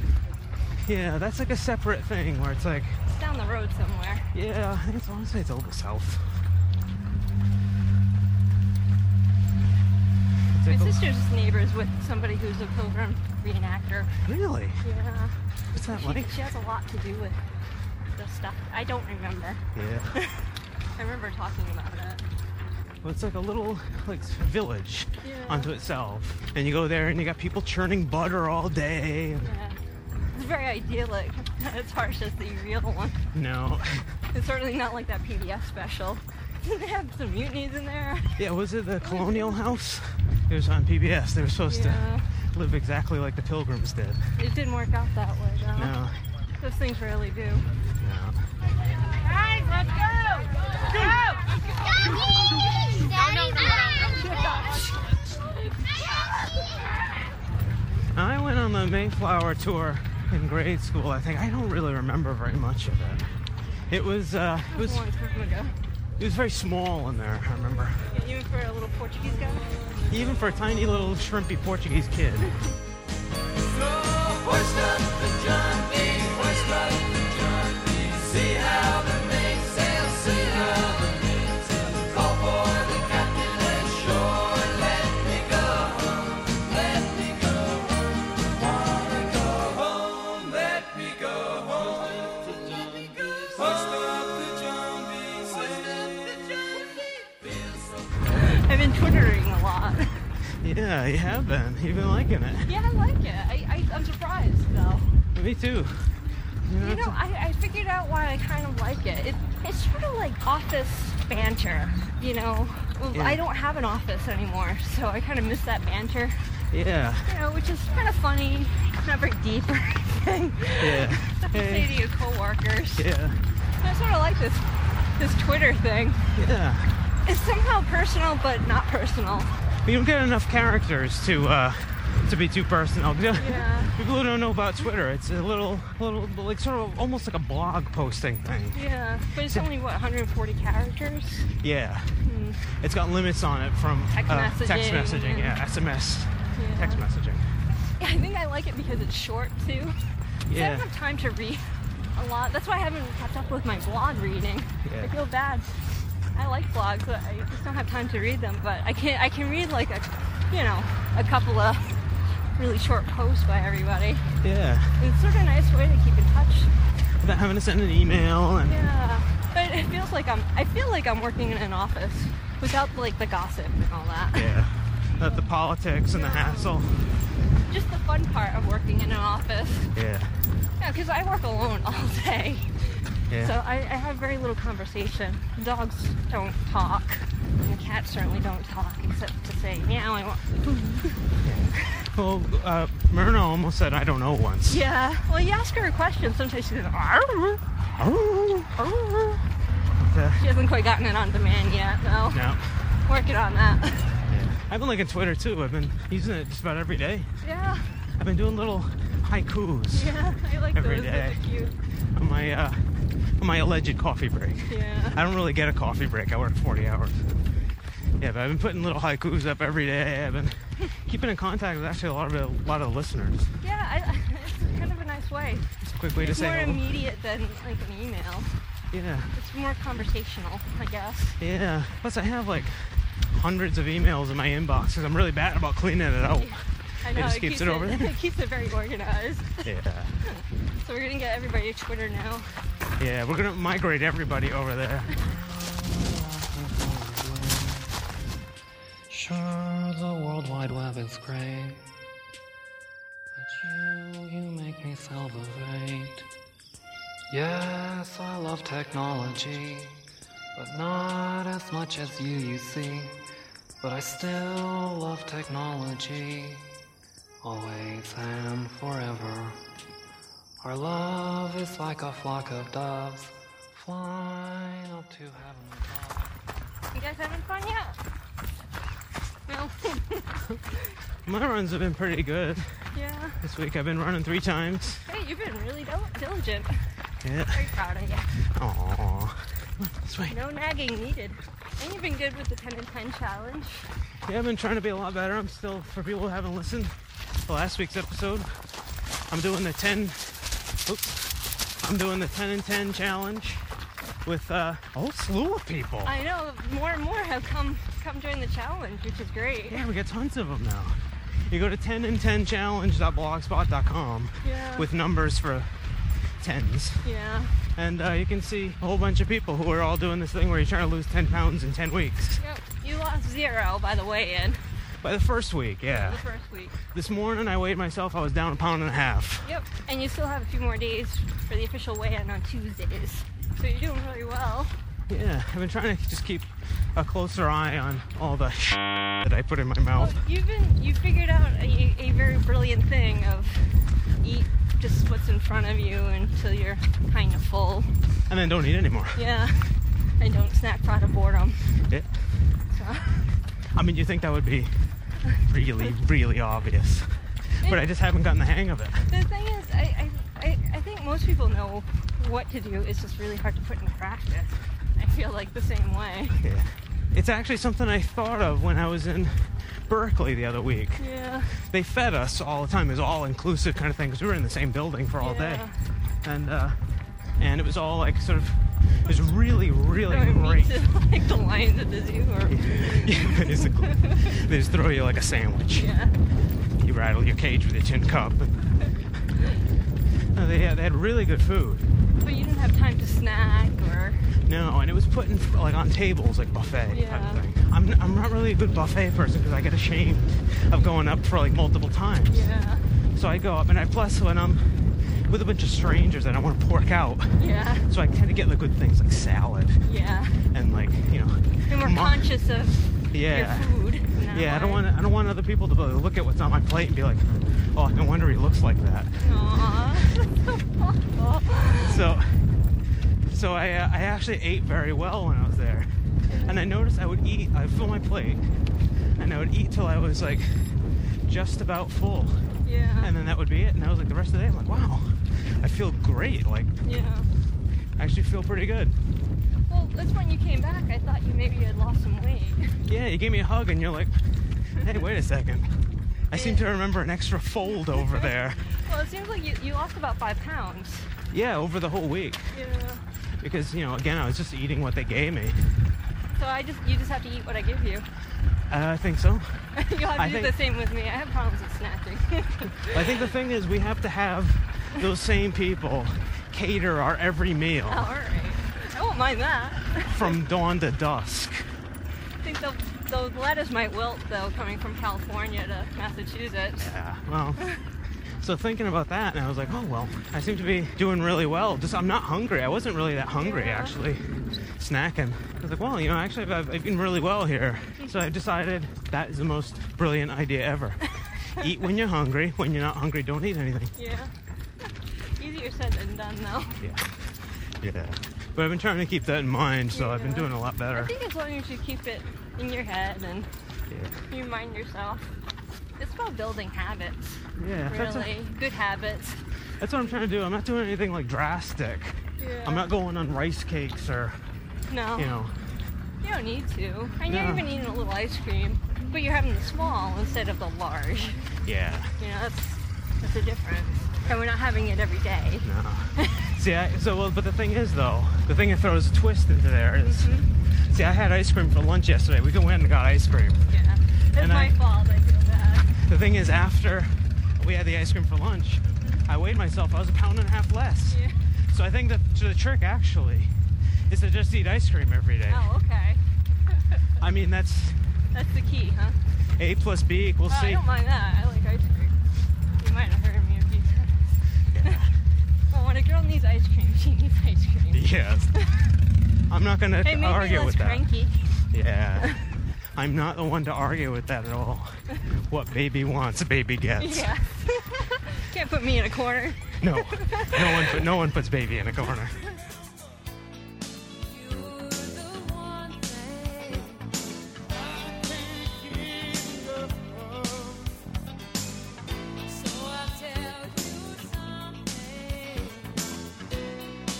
[SPEAKER 5] Yeah, that's like a separate thing where it's like,
[SPEAKER 6] It's down the road somewhere.
[SPEAKER 5] yeah, I think it's honestly it's over south. It's
[SPEAKER 6] My
[SPEAKER 5] like a-
[SPEAKER 6] sister's neighbors with somebody who's a pilgrim reenactor.
[SPEAKER 5] really?
[SPEAKER 6] Yeah.
[SPEAKER 5] What's that
[SPEAKER 6] She,
[SPEAKER 5] like?
[SPEAKER 6] she has a lot to do with the stuff. I don't remember.
[SPEAKER 5] Yeah.
[SPEAKER 6] I remember talking about it.
[SPEAKER 5] Well, it's like a little like village
[SPEAKER 6] Yeah.
[SPEAKER 5] unto itself, and you go there and you got people churning butter all day. And
[SPEAKER 6] Yeah. It's very idyllic. Not as harsh as the real one.
[SPEAKER 5] no,
[SPEAKER 6] It's certainly not like that PBS special. Didn't they have some mutinies in there?
[SPEAKER 5] yeah, was it the Colonial House? It was on PBS. They were supposed
[SPEAKER 6] Yeah.
[SPEAKER 5] to live exactly like the Pilgrims did.
[SPEAKER 6] It didn't work out that way, though.
[SPEAKER 5] No,
[SPEAKER 6] Those things rarely do.
[SPEAKER 5] no.
[SPEAKER 6] Guys, let's go! Go!
[SPEAKER 5] I went on the Mayflower tour in grade school. I think I don't really remember very much of it. It was uh, it was
[SPEAKER 6] a long time ago.
[SPEAKER 5] it was very small in there. I remember,
[SPEAKER 6] Yeah, even for a little Portuguese guy.
[SPEAKER 5] even for a tiny little shrimpy Portuguese kid.
[SPEAKER 6] I've been twittering a lot.
[SPEAKER 5] Yeah, you have been. You've been liking it.
[SPEAKER 6] Yeah, I like it. I, I, I'm surprised, though.
[SPEAKER 5] Me too.
[SPEAKER 6] You know, I, I figured out why I kind of like it. it it's sort of like office banter, you know.
[SPEAKER 5] Yeah.
[SPEAKER 6] I don't have an office anymore, so I kind of miss that banter,
[SPEAKER 5] Yeah,
[SPEAKER 6] you know, which is kind of funny. It's not very deep or anything.
[SPEAKER 5] yeah,
[SPEAKER 6] Stuff to say
[SPEAKER 5] Hey.
[SPEAKER 6] to your coworkers.
[SPEAKER 5] yeah,
[SPEAKER 6] I sort of like this this Twitter thing.
[SPEAKER 5] yeah.
[SPEAKER 6] It's somehow personal, but not personal.
[SPEAKER 5] We don't get enough characters to uh, to be too personal.
[SPEAKER 6] Yeah.
[SPEAKER 5] People who don't know about Twitter, it's a little, little, like sort of almost like a blog posting thing.
[SPEAKER 6] Yeah, but it's only what 140 characters.
[SPEAKER 5] Yeah. It's got limits on it from
[SPEAKER 6] Mm-hmm. Text
[SPEAKER 5] uh, text
[SPEAKER 6] messaging
[SPEAKER 5] messaging,
[SPEAKER 6] and-
[SPEAKER 5] yeah, SMS, text messaging.
[SPEAKER 6] I think I like it because it's short too. So I
[SPEAKER 5] Yeah.
[SPEAKER 6] don't have time to read a lot. That's why I haven't kept up with my blog reading.
[SPEAKER 5] Yeah.
[SPEAKER 6] I feel bad. I like blogs, but I just don't have time to read them. But I can I can read like a, you know, a couple of really short posts by everybody.
[SPEAKER 5] Yeah.
[SPEAKER 6] It's sort of a nice way to keep in touch.
[SPEAKER 5] Without having to send an email and
[SPEAKER 6] Yeah, but it feels like I'm I feel like I'm working in an office without like the gossip and all that.
[SPEAKER 5] yeah, Without the politics and the hassle.
[SPEAKER 6] Just the fun part of working in an office.
[SPEAKER 5] Yeah.
[SPEAKER 6] Yeah, because I work alone all day.
[SPEAKER 5] Yeah.
[SPEAKER 6] So I, I have very little conversation. Dogs don't talk, and the cats certainly don't talk, except to say meow and wha-
[SPEAKER 5] Well, uh, Myrna almost said I don't know once.
[SPEAKER 6] yeah. Well, you ask her a question, sometimes she says "Arr, arr."
[SPEAKER 5] Yeah.
[SPEAKER 6] She hasn't quite gotten it on demand yet, though.
[SPEAKER 5] No.
[SPEAKER 6] Working on that.
[SPEAKER 5] I've been liking Twitter too. I've been using it just about every day.
[SPEAKER 6] yeah,
[SPEAKER 5] I've been doing little haikus
[SPEAKER 6] yeah. I like
[SPEAKER 5] Every
[SPEAKER 6] those.
[SPEAKER 5] day.
[SPEAKER 6] Those are cute.
[SPEAKER 5] on my uh, on my alleged coffee break.
[SPEAKER 6] Yeah.
[SPEAKER 5] I don't really get a coffee break. I work 40 hours. Yeah, but I've been putting little haikus up every day. I've been keeping in contact with actually a lot of a lot of listeners.
[SPEAKER 6] Yeah, I, it's kind of a nice way.
[SPEAKER 5] It's a quick way
[SPEAKER 6] It's
[SPEAKER 5] to say
[SPEAKER 6] more
[SPEAKER 5] hello.
[SPEAKER 6] immediate than like an email.
[SPEAKER 5] Yeah,
[SPEAKER 6] It's more conversational, I guess.
[SPEAKER 5] yeah. Plus, I have like hundreds of emails in my inbox because I'm really bad about cleaning it out.
[SPEAKER 6] I know,
[SPEAKER 5] just keeps it over there.
[SPEAKER 6] It keeps it very organized.
[SPEAKER 5] Yeah,
[SPEAKER 6] So we're gonna get everybody to Twitter now.
[SPEAKER 5] yeah. We're gonna migrate everybody over there.
[SPEAKER 7] Sure, the World Wide Web is great, but you, you make me salivate. Yes, I love technology, but not as much as you, you see. But I still love technology, always and forever. Our love is like a flock of doves flying up to heaven above.
[SPEAKER 6] You guys having fun yet? No.
[SPEAKER 5] My runs have been pretty good
[SPEAKER 6] yeah.
[SPEAKER 5] this week. I've been running three times.
[SPEAKER 6] Hey, you've been really dil- diligent.
[SPEAKER 5] Yeah.
[SPEAKER 6] Very proud of you.
[SPEAKER 5] Aww. Sweet.
[SPEAKER 6] No nagging needed. And you've been good with the 10 and 10 challenge.
[SPEAKER 5] Yeah, I've been trying to be a lot better. I'm still, for people who haven't listened to last week's episode, I'm doing the 10, oops, I'm doing the 10 and 10 challenge with uh, a whole slew of people.
[SPEAKER 6] I know more and more have come come join the challenge, which is great.
[SPEAKER 5] Yeah, we got tons of them now. You go to 10 and 10 challenge.blogspot.com
[SPEAKER 6] Yeah.
[SPEAKER 5] with numbers for tens.
[SPEAKER 6] yeah.
[SPEAKER 5] And uh, you can see a whole bunch of people who are all doing this thing where you're trying to lose 10 pounds in 10 weeks.
[SPEAKER 6] Yep. You lost zero by the way in
[SPEAKER 5] By the first week, yeah.
[SPEAKER 6] the first week.
[SPEAKER 5] This morning I weighed myself, I was down a pound and a half.
[SPEAKER 6] Yep. And you still have a few more days for the official weigh-in on Tuesdays. So you're doing really well.
[SPEAKER 5] Yeah, I've been trying to just keep a closer eye on all the that I put in my mouth.
[SPEAKER 6] You've been you figured out a, a very brilliant thing of eat just what's in front of you until you're kind of full.
[SPEAKER 5] And then don't eat anymore.
[SPEAKER 6] Yeah. And don't snack out of boredom.
[SPEAKER 5] Yeah.
[SPEAKER 6] So,
[SPEAKER 5] I mean, you think that would be really, really obvious. But I just haven't gotten the hang of it.
[SPEAKER 6] the thing is, I, I, I, I think most people know what to do. It's just really hard to put into practice. I feel like the same way.
[SPEAKER 5] Yeah. It's actually something I thought of when I was in Berkeley the other week.
[SPEAKER 6] Yeah.
[SPEAKER 5] They fed us all the time. It was all inclusive kind of thing because we were in the same building for all day.
[SPEAKER 6] Yeah.
[SPEAKER 5] And, uh, and it was all like sort of, it was really, really
[SPEAKER 6] Throwing Oh, me
[SPEAKER 5] great.
[SPEAKER 6] to like the lions at the zoo or
[SPEAKER 5] Yeah, basically. they just throw you like a sandwich.
[SPEAKER 6] yeah.
[SPEAKER 5] You rattle your cage with a tin cup. No, they, yeah, they had really good food.
[SPEAKER 6] But you didn't have time to snack or
[SPEAKER 5] No, and it was put in like on tables, like buffet type
[SPEAKER 6] Yeah.
[SPEAKER 5] of thing. I'm, I'm not really a good buffet person because I get ashamed of going up for like multiple times.
[SPEAKER 6] yeah.
[SPEAKER 5] So I go up, and I plus when I'm with a bunch of strangers, I don't want to pork out.
[SPEAKER 6] Yeah.
[SPEAKER 5] So I tend to get the good things like salad
[SPEAKER 6] Yeah.
[SPEAKER 5] and like you know.
[SPEAKER 6] And we're
[SPEAKER 5] mo-
[SPEAKER 6] conscious of
[SPEAKER 5] Yeah.
[SPEAKER 6] your food. in that
[SPEAKER 5] Yeah, I don't
[SPEAKER 6] way.
[SPEAKER 5] want I don't want other people to look at what's on my plate and be like, oh, no wonder he looks like that.
[SPEAKER 6] Aw.
[SPEAKER 5] So, so I uh, I actually ate very well when I was there, and I noticed I would eat. I would fill my plate, and I would eat till I was like just about full,
[SPEAKER 6] Uh-huh. yeah.
[SPEAKER 5] and then that would be it. And I was like the rest of the day, I'm like, wow, I feel great. Like
[SPEAKER 6] yeah.
[SPEAKER 5] I actually feel pretty good.
[SPEAKER 6] Well, that's when you came back. I thought you maybe had lost some weight.
[SPEAKER 5] Yeah, you gave me a hug, and you're like, hey, wait a second. I seem to remember an extra fold over there.
[SPEAKER 6] Well, it seems like you, you lost about five pounds.
[SPEAKER 5] Yeah, over the whole week.
[SPEAKER 6] Yeah.
[SPEAKER 5] Because, you know, again, I was just eating what they gave me.
[SPEAKER 6] So I just you just have to eat what I give you.
[SPEAKER 5] Uh, I think so.
[SPEAKER 6] You'll have to
[SPEAKER 5] I
[SPEAKER 6] do
[SPEAKER 5] think-
[SPEAKER 6] the same with me. I have problems with snacking.
[SPEAKER 5] I think the thing is, we have to have those same people cater our every meal
[SPEAKER 6] All right. I won't mind that.
[SPEAKER 5] from dawn to dusk.
[SPEAKER 6] I think the the lettuce might wilt though, coming from California to Massachusetts.
[SPEAKER 5] Yeah, well, so thinking about that, and I was like, oh, well, I seem to be doing really well. Just, I'm not hungry. I wasn't really that hungry,
[SPEAKER 6] Yeah.
[SPEAKER 5] actually, snacking. I was like, well, you know, actually, I've- I've, I've been really well here. So I decided that is the most brilliant idea ever. eat when you're hungry. When you're not hungry, don't eat anything.
[SPEAKER 6] Yeah. Easier said than done though.
[SPEAKER 5] Yeah. Yeah. But I've been trying to keep that in mind, so I've been
[SPEAKER 6] Yeah.
[SPEAKER 5] doing a lot
[SPEAKER 6] I
[SPEAKER 5] better.
[SPEAKER 6] think as long as you keep it in your head and
[SPEAKER 5] Yeah.
[SPEAKER 6] you mind yourself. It's about building habits,
[SPEAKER 5] Yeah, that's,
[SPEAKER 6] really. Good habits.
[SPEAKER 5] that's what I'm trying to do. I'm not doing anything like drastic.
[SPEAKER 6] Yeah.
[SPEAKER 5] I'm not going on rice cakes or,
[SPEAKER 6] No.
[SPEAKER 5] you know,
[SPEAKER 6] Oh. You don't need to. And you're
[SPEAKER 5] No.
[SPEAKER 6] even eating a little ice cream, but you're having the small instead of the large.
[SPEAKER 5] yeah,
[SPEAKER 6] You know, that's that's a difference. And we're not having it every day.
[SPEAKER 5] no. see, I, so, well, but the thing is, though, the thing that throws a twist into there is-
[SPEAKER 6] Mm-hmm.
[SPEAKER 5] see, I had ice cream for lunch yesterday. We went and got ice cream.
[SPEAKER 6] Yeah. It's
[SPEAKER 5] And
[SPEAKER 6] my
[SPEAKER 5] I-
[SPEAKER 6] fault. I feel bad.
[SPEAKER 5] The thing is, after we had the ice cream for lunch, I weighed myself. I was a pound and a half less.
[SPEAKER 6] Mm-hmm. Yeah.
[SPEAKER 5] So I think that the trick, actually, is to just eat ice cream every day.
[SPEAKER 6] Oh, okay.
[SPEAKER 5] I mean, that's
[SPEAKER 6] That's the key, huh?
[SPEAKER 5] A plus B equals
[SPEAKER 6] Well, Oh, I
[SPEAKER 5] C.
[SPEAKER 6] don't mind that. I like ice cream. You might have heard me a few times. well, when a girl needs ice cream, she needs ice cream.
[SPEAKER 5] Yes. I'm not gonna
[SPEAKER 6] Hey, maybe
[SPEAKER 5] argue
[SPEAKER 6] less
[SPEAKER 5] with that.
[SPEAKER 6] cranky.
[SPEAKER 5] Yeah. I'm not the one to argue with that at all. What baby wants, baby gets.
[SPEAKER 6] Yeah. Can't put me in a corner.
[SPEAKER 5] No, no one, put, no one puts baby in a corner.
[SPEAKER 8] So I'll tell you something.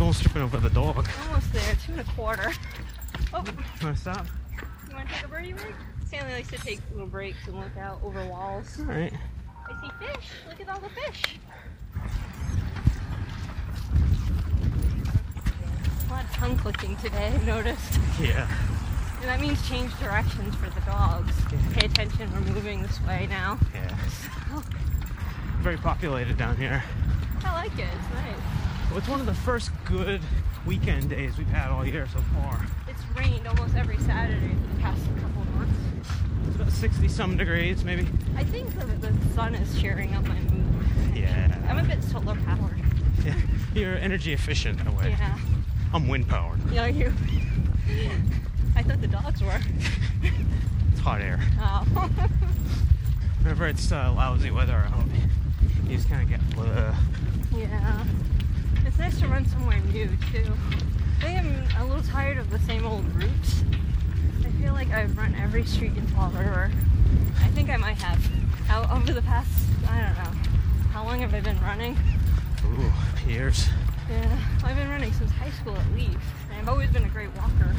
[SPEAKER 5] almost tripping over the dog.
[SPEAKER 6] Almost there, two and a quarter. Oh,
[SPEAKER 5] Wanna stop?
[SPEAKER 6] you want to take a birdie break? Stanley likes to take little breaks and look out over walls.
[SPEAKER 5] All right.
[SPEAKER 6] I see fish. Look at all the fish. A lot of tongue clicking today, I noticed.
[SPEAKER 5] Yeah.
[SPEAKER 6] And that means change directions for the dogs. Pay attention, we're moving this way now.
[SPEAKER 5] Yeah. Very populated down here.
[SPEAKER 6] I like it, it's nice.
[SPEAKER 5] Well, it's one of the first good weekend days we've had all year so far.
[SPEAKER 6] It's rained almost every Saturday for the past couple of months.
[SPEAKER 5] It's about 60 some degrees, maybe.
[SPEAKER 6] I think the, the sun is cheering up my mood.
[SPEAKER 5] Yeah.
[SPEAKER 6] I'm a bit solar powered.
[SPEAKER 5] yeah. You're energy efficient that way.
[SPEAKER 6] Yeah.
[SPEAKER 5] I'm wind powered.
[SPEAKER 6] Yeah, you. I thought the dogs were.
[SPEAKER 5] It's hot air.
[SPEAKER 6] Oh.
[SPEAKER 5] Whenever it's uh, lousy weather out, you just kind of get. Bleh.
[SPEAKER 6] yeah. It's nice to run somewhere new too. I am a little tired of the same old routes. I feel like I've run every street in Fall River. I think I might have. Out over the past, I don't know. How long have I been running?
[SPEAKER 5] Ooh, years.
[SPEAKER 6] Yeah, I've been running since high school at least. And I've always been a great walker.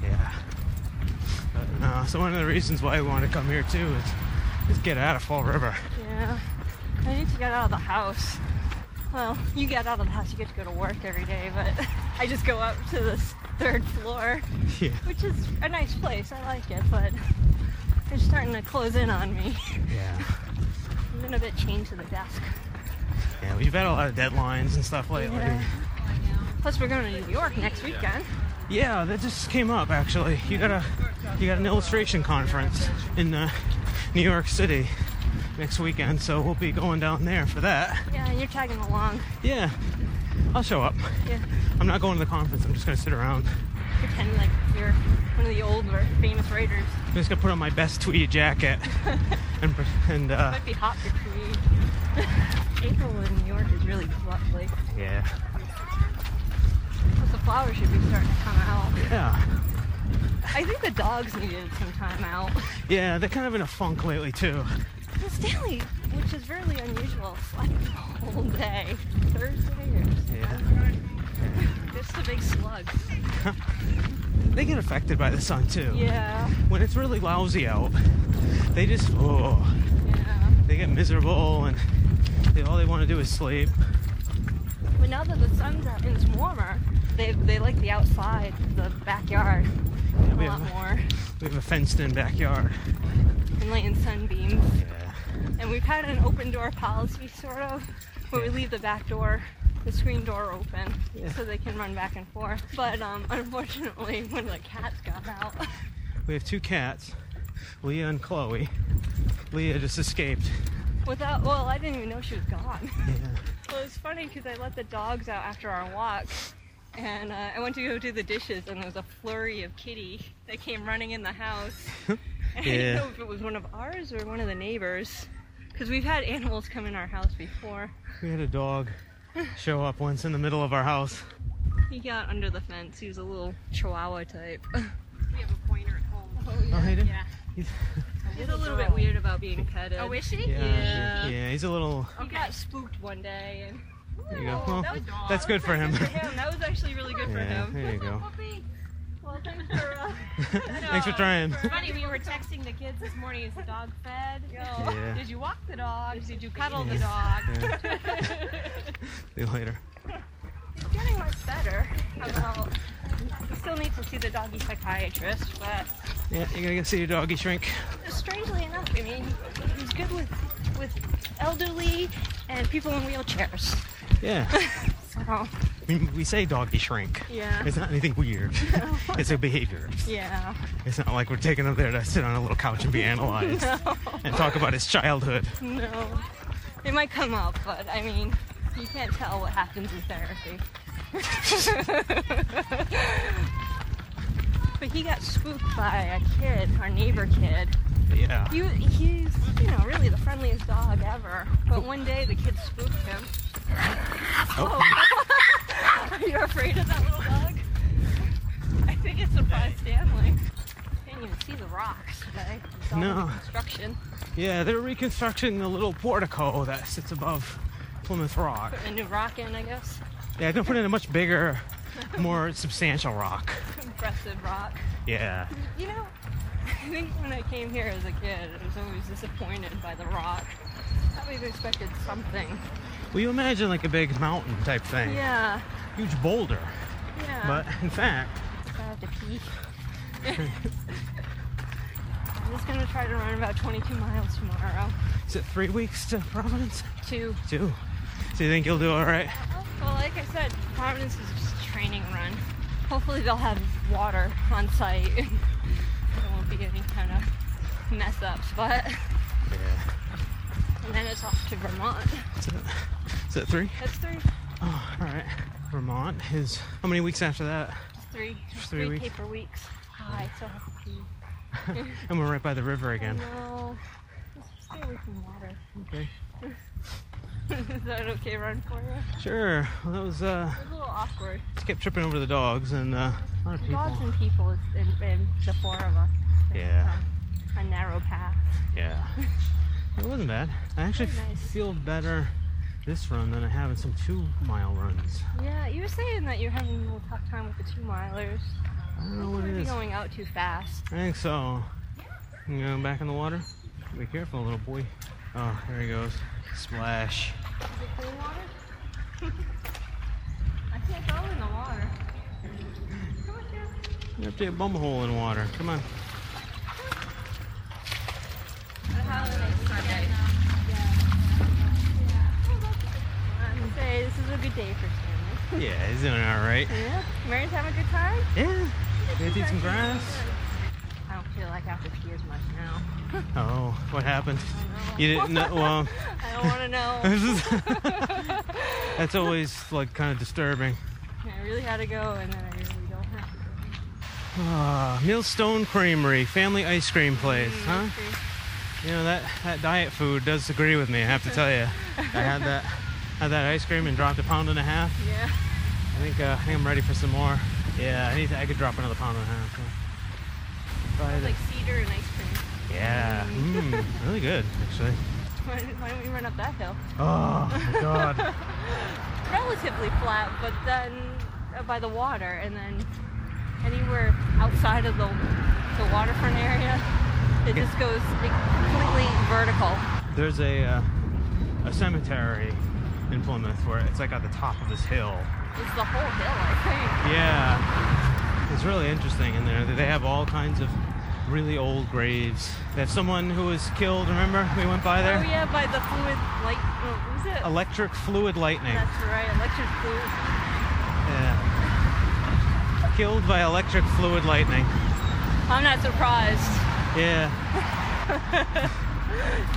[SPEAKER 5] Yeah. But, no, so one of the reasons why we want to come here too is is get out of Fall River.
[SPEAKER 6] Yeah. I need to get out of the house. Well, you get out of the house, you get to go to work every day, but I just go up to this third floor,
[SPEAKER 5] Yeah.
[SPEAKER 6] which is a nice place. I like it, but it's starting to close in on me.
[SPEAKER 5] Yeah.
[SPEAKER 6] I've been a bit chained to the desk.
[SPEAKER 5] Yeah. We've had a lot of deadlines and stuff lately.
[SPEAKER 6] Yeah. Plus, we're going to New York next weekend.
[SPEAKER 5] Yeah, that just came up actually. You got a you got an illustration conference in uh, New York City next weekend, so we'll be going down there for that.
[SPEAKER 6] Yeah, and you're tagging along,
[SPEAKER 5] Yeah, I'll show up.
[SPEAKER 6] yeah,
[SPEAKER 5] I'm not going to the conference. I'm just gonna sit around.
[SPEAKER 6] pretend like you're one of the old or famous writers.
[SPEAKER 5] I'm just gonna put on my best tweed jacket and pre- and uh,
[SPEAKER 6] Might be hot for me. April in New York is really lovely.
[SPEAKER 5] yeah,
[SPEAKER 6] Plus, the flowers should be starting to come out.
[SPEAKER 5] yeah,
[SPEAKER 6] I think the dogs needed some time out.
[SPEAKER 5] yeah. They're kind of in a funk lately too.
[SPEAKER 6] Well, Stanley, which is really unusual, slept the whole day. Thursday or
[SPEAKER 5] Yeah.
[SPEAKER 6] just a big slug.
[SPEAKER 5] They get affected by the sun too.
[SPEAKER 6] Yeah,
[SPEAKER 5] When it's really lousy out, they just oh.
[SPEAKER 6] yeah.
[SPEAKER 5] they get miserable and they, all they want to do is sleep.
[SPEAKER 6] But now that the sun's out and it's warmer, they, they like the outside, the backyard
[SPEAKER 5] Yeah,
[SPEAKER 6] a
[SPEAKER 5] we,
[SPEAKER 6] lot
[SPEAKER 5] have,
[SPEAKER 6] more.
[SPEAKER 5] we have a fenced-in backyard.
[SPEAKER 6] And light and sunbeams.
[SPEAKER 5] Yeah.
[SPEAKER 6] And we've had an open door policy, sort of, where we leave the back door, the screen door open,
[SPEAKER 5] Yeah.
[SPEAKER 6] so they can run back and forth. But um, unfortunately, when the cats got out,
[SPEAKER 5] We have two cats, Leah and Chloe. Leah just escaped.
[SPEAKER 6] without, well, I didn't even know she was gone.
[SPEAKER 5] Yeah.
[SPEAKER 6] Well, it was funny because I let the dogs out after our walk, and uh, I went to go do the dishes, and there was a flurry of kitty that came running in the house. And I
[SPEAKER 5] Yeah.
[SPEAKER 6] didn't know if it was one of ours or one of the neighbors, because we've had animals come in our house before.
[SPEAKER 5] We had a dog show up once in the middle of our house.
[SPEAKER 6] He got under the fence. He was a little chihuahua type. We have a pointer at home. Oh, yeah.
[SPEAKER 5] Oh, hey, dude.
[SPEAKER 6] He's a little bit weird about being petted. Oh, is she? Yeah.
[SPEAKER 5] yeah, he's a little.
[SPEAKER 6] He got spooked one day, and
[SPEAKER 5] There you go.
[SPEAKER 6] Oh,
[SPEAKER 5] Well,
[SPEAKER 6] that was-
[SPEAKER 5] that's
[SPEAKER 6] that
[SPEAKER 5] good
[SPEAKER 6] was
[SPEAKER 5] for
[SPEAKER 6] pretty
[SPEAKER 5] him.
[SPEAKER 6] Good for him. That was actually really good for
[SPEAKER 5] Yeah,
[SPEAKER 6] him.
[SPEAKER 5] there you go.
[SPEAKER 8] Puppy.
[SPEAKER 6] Well, thanks for. Uh,
[SPEAKER 5] Thanks for trying.
[SPEAKER 8] Funny, we were texting the kids this morning. Is the dog fed?
[SPEAKER 5] Yeah.
[SPEAKER 8] Did you walk the dog? Did you cuddle the
[SPEAKER 5] Yeah.
[SPEAKER 8] dog?
[SPEAKER 5] See you later.
[SPEAKER 6] It's getting much better. About, still need to see the doggy psychiatrist, but
[SPEAKER 5] Yeah, you're gonna go see your doggy shrink.
[SPEAKER 6] strangely enough, I mean, he's good with with elderly and people in wheelchairs.
[SPEAKER 5] Yeah.
[SPEAKER 6] So
[SPEAKER 5] I mean, we say doggy shrink.
[SPEAKER 6] yeah,
[SPEAKER 5] It's not anything weird. it's a behavior.
[SPEAKER 6] yeah.
[SPEAKER 5] It's not like we're taking him there to sit on a little couch and be analyzed and talk about his childhood.
[SPEAKER 6] No, it might come up, but I mean, you can't tell what happens in therapy. but he got spooked by a kid, our neighbor kid.
[SPEAKER 5] Yeah.
[SPEAKER 6] He, he's, you know, really the friendliest dog ever. But one day the kid spooked him. Oh. You're afraid of that little dog? I think it surprised Stanley. Can't even see the rocks today. It's all
[SPEAKER 5] No.
[SPEAKER 6] Construction.
[SPEAKER 5] Yeah, they're reconstructing the little portico that sits above Plymouth Rock.
[SPEAKER 6] Putting a new rock in, I guess.
[SPEAKER 5] Yeah, they're putting a much bigger, more substantial rock.
[SPEAKER 6] compressive rock.
[SPEAKER 5] Yeah.
[SPEAKER 6] You know, I think when I came here as a kid, I was always disappointed by the rock. I always expected something.
[SPEAKER 5] Well, you imagine like a big mountain type thing.
[SPEAKER 6] Yeah,
[SPEAKER 5] Huge boulder.
[SPEAKER 6] yeah.
[SPEAKER 5] But in fact,
[SPEAKER 6] I have to pee. I'm just gonna try to run about 22 miles tomorrow.
[SPEAKER 5] is it three weeks to Providence?
[SPEAKER 6] Two.
[SPEAKER 5] Two. So you think you'll do all right?
[SPEAKER 6] Well, like I said, Providence is just a training run. Hopefully, they'll have water on site. there won't be any kind of mess ups, but. And then it's off to Vermont.
[SPEAKER 5] Is it, is it three?
[SPEAKER 6] That's three.
[SPEAKER 5] Oh, all right. Vermont is how many weeks after that?
[SPEAKER 6] Just three. Just
[SPEAKER 5] three
[SPEAKER 6] three,
[SPEAKER 5] weeks.
[SPEAKER 6] paper weeks. Oh, I still have to pee.
[SPEAKER 5] And we're right by the river again.
[SPEAKER 6] No. Just stay away from water.
[SPEAKER 5] Okay.
[SPEAKER 6] is that an okay run for you?
[SPEAKER 5] Sure. Well, that was uh,
[SPEAKER 6] It's a little awkward.
[SPEAKER 5] just kept tripping over the dogs and uh, a lot of
[SPEAKER 6] Dogs
[SPEAKER 5] people.
[SPEAKER 6] and people is in, in the four of us. uh,
[SPEAKER 5] Yeah.
[SPEAKER 6] A narrow path.
[SPEAKER 5] Yeah. It wasn't bad. I actually
[SPEAKER 6] Very nice.
[SPEAKER 5] feel better this run than I have in some two mile runs.
[SPEAKER 6] Yeah, you were saying that you're having a little tough time with the two milers.
[SPEAKER 5] I don't know what
[SPEAKER 6] Maybe
[SPEAKER 5] Oh, it is. I
[SPEAKER 6] going out too fast.
[SPEAKER 5] think so. You know, back in the water. Be careful, little boy. Oh, there he goes. Splash.
[SPEAKER 6] Is it clean water? I can't go in the water. Come up here.
[SPEAKER 5] You're up to your bum hole in water. Come on.
[SPEAKER 6] I'm say this is a good day for Stanley.
[SPEAKER 5] Yeah, he's doing all right.
[SPEAKER 6] Yeah. Mary's having a good time.
[SPEAKER 5] Yeah. Gonna eat some grass.
[SPEAKER 6] I don't feel like I have to pee as much now.
[SPEAKER 5] Oh, what happened? You didn't know. Well,
[SPEAKER 6] I don't want to know.
[SPEAKER 5] this is- that's always like kind of disturbing.
[SPEAKER 6] I really had to go, and then I really don't have to. go.
[SPEAKER 5] Ah, Millstone Creamery, family ice cream place, huh?
[SPEAKER 6] Okay.
[SPEAKER 5] You know that that diet food does agree with me. I have to tell you. I had that had that ice cream and dropped a pound and a half.
[SPEAKER 6] Yeah.
[SPEAKER 5] I think uh, I think I'm ready for some more. Yeah, I need to, I could drop another pound and a half. Yeah. But,
[SPEAKER 6] Like cedar and ice cream.
[SPEAKER 5] yeah, mm, really good actually.
[SPEAKER 6] Why, why don't we run up that hill?
[SPEAKER 5] Oh my god.
[SPEAKER 6] Relatively flat, but then uh, by the water, and then anywhere outside of the, the waterfront area, it just goes like, completely vertical.
[SPEAKER 5] There's a uh, a cemetery in Plymouth where it's like at the top of this hill.
[SPEAKER 6] It's the whole hill, I
[SPEAKER 5] Yeah, it's really interesting in there. They have all kinds of really old graves. They have someone who was killed. Remember we went by there?
[SPEAKER 6] think. Oh yeah, by the fluid light. What was it?
[SPEAKER 5] Electric fluid lightning.
[SPEAKER 6] That's right, electric fluid.
[SPEAKER 5] Yeah. Killed by electric fluid lightning.
[SPEAKER 6] I'm not surprised.
[SPEAKER 5] Yeah,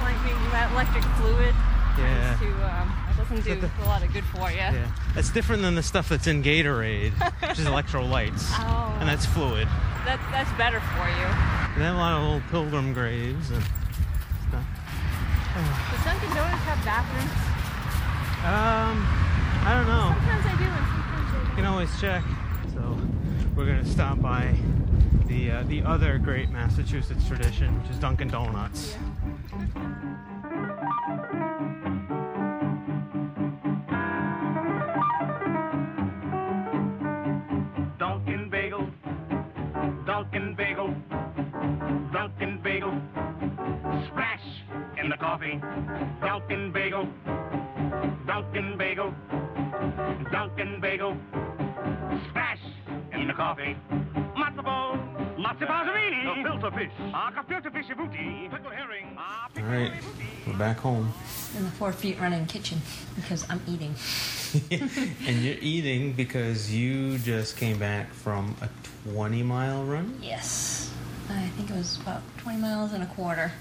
[SPEAKER 6] Lightning, that electric fluid.
[SPEAKER 5] yeah,
[SPEAKER 6] To, um, it doesn't do
[SPEAKER 5] the-
[SPEAKER 6] a lot of good for you.
[SPEAKER 5] yeah. That's different than the stuff that's in Gatorade, which is electrolytes,
[SPEAKER 6] Oh.
[SPEAKER 5] and that's fluid.
[SPEAKER 6] That's that's better for you.
[SPEAKER 5] They have a lot of old pilgrim graves and stuff.
[SPEAKER 6] Does Dunkin' Donuts have bathrooms?
[SPEAKER 5] Um, I don't know.
[SPEAKER 6] Sometimes I do, and sometimes I
[SPEAKER 5] You can always check. So we're gonna stop by the uh, the other great Massachusetts tradition, which is Dunkin' Donuts.
[SPEAKER 9] Dunkin' Bagel, Dunkin' Bagel, Dunkin' Bagel. Splash in the coffee. Dunkin' Bagel, Dunkin' Bagel, Dunkin' Bagel. Splash in the coffee. Matzo ball, matzo panzerini. A filter fish. A filter fish booty. Pickled herring.
[SPEAKER 5] All right, we're back home,
[SPEAKER 10] in the four feet running kitchen because I'm eating.
[SPEAKER 5] and you're eating because you just came back from a 20 mile run.
[SPEAKER 10] Yes. I think it was about 20 miles and a quarter.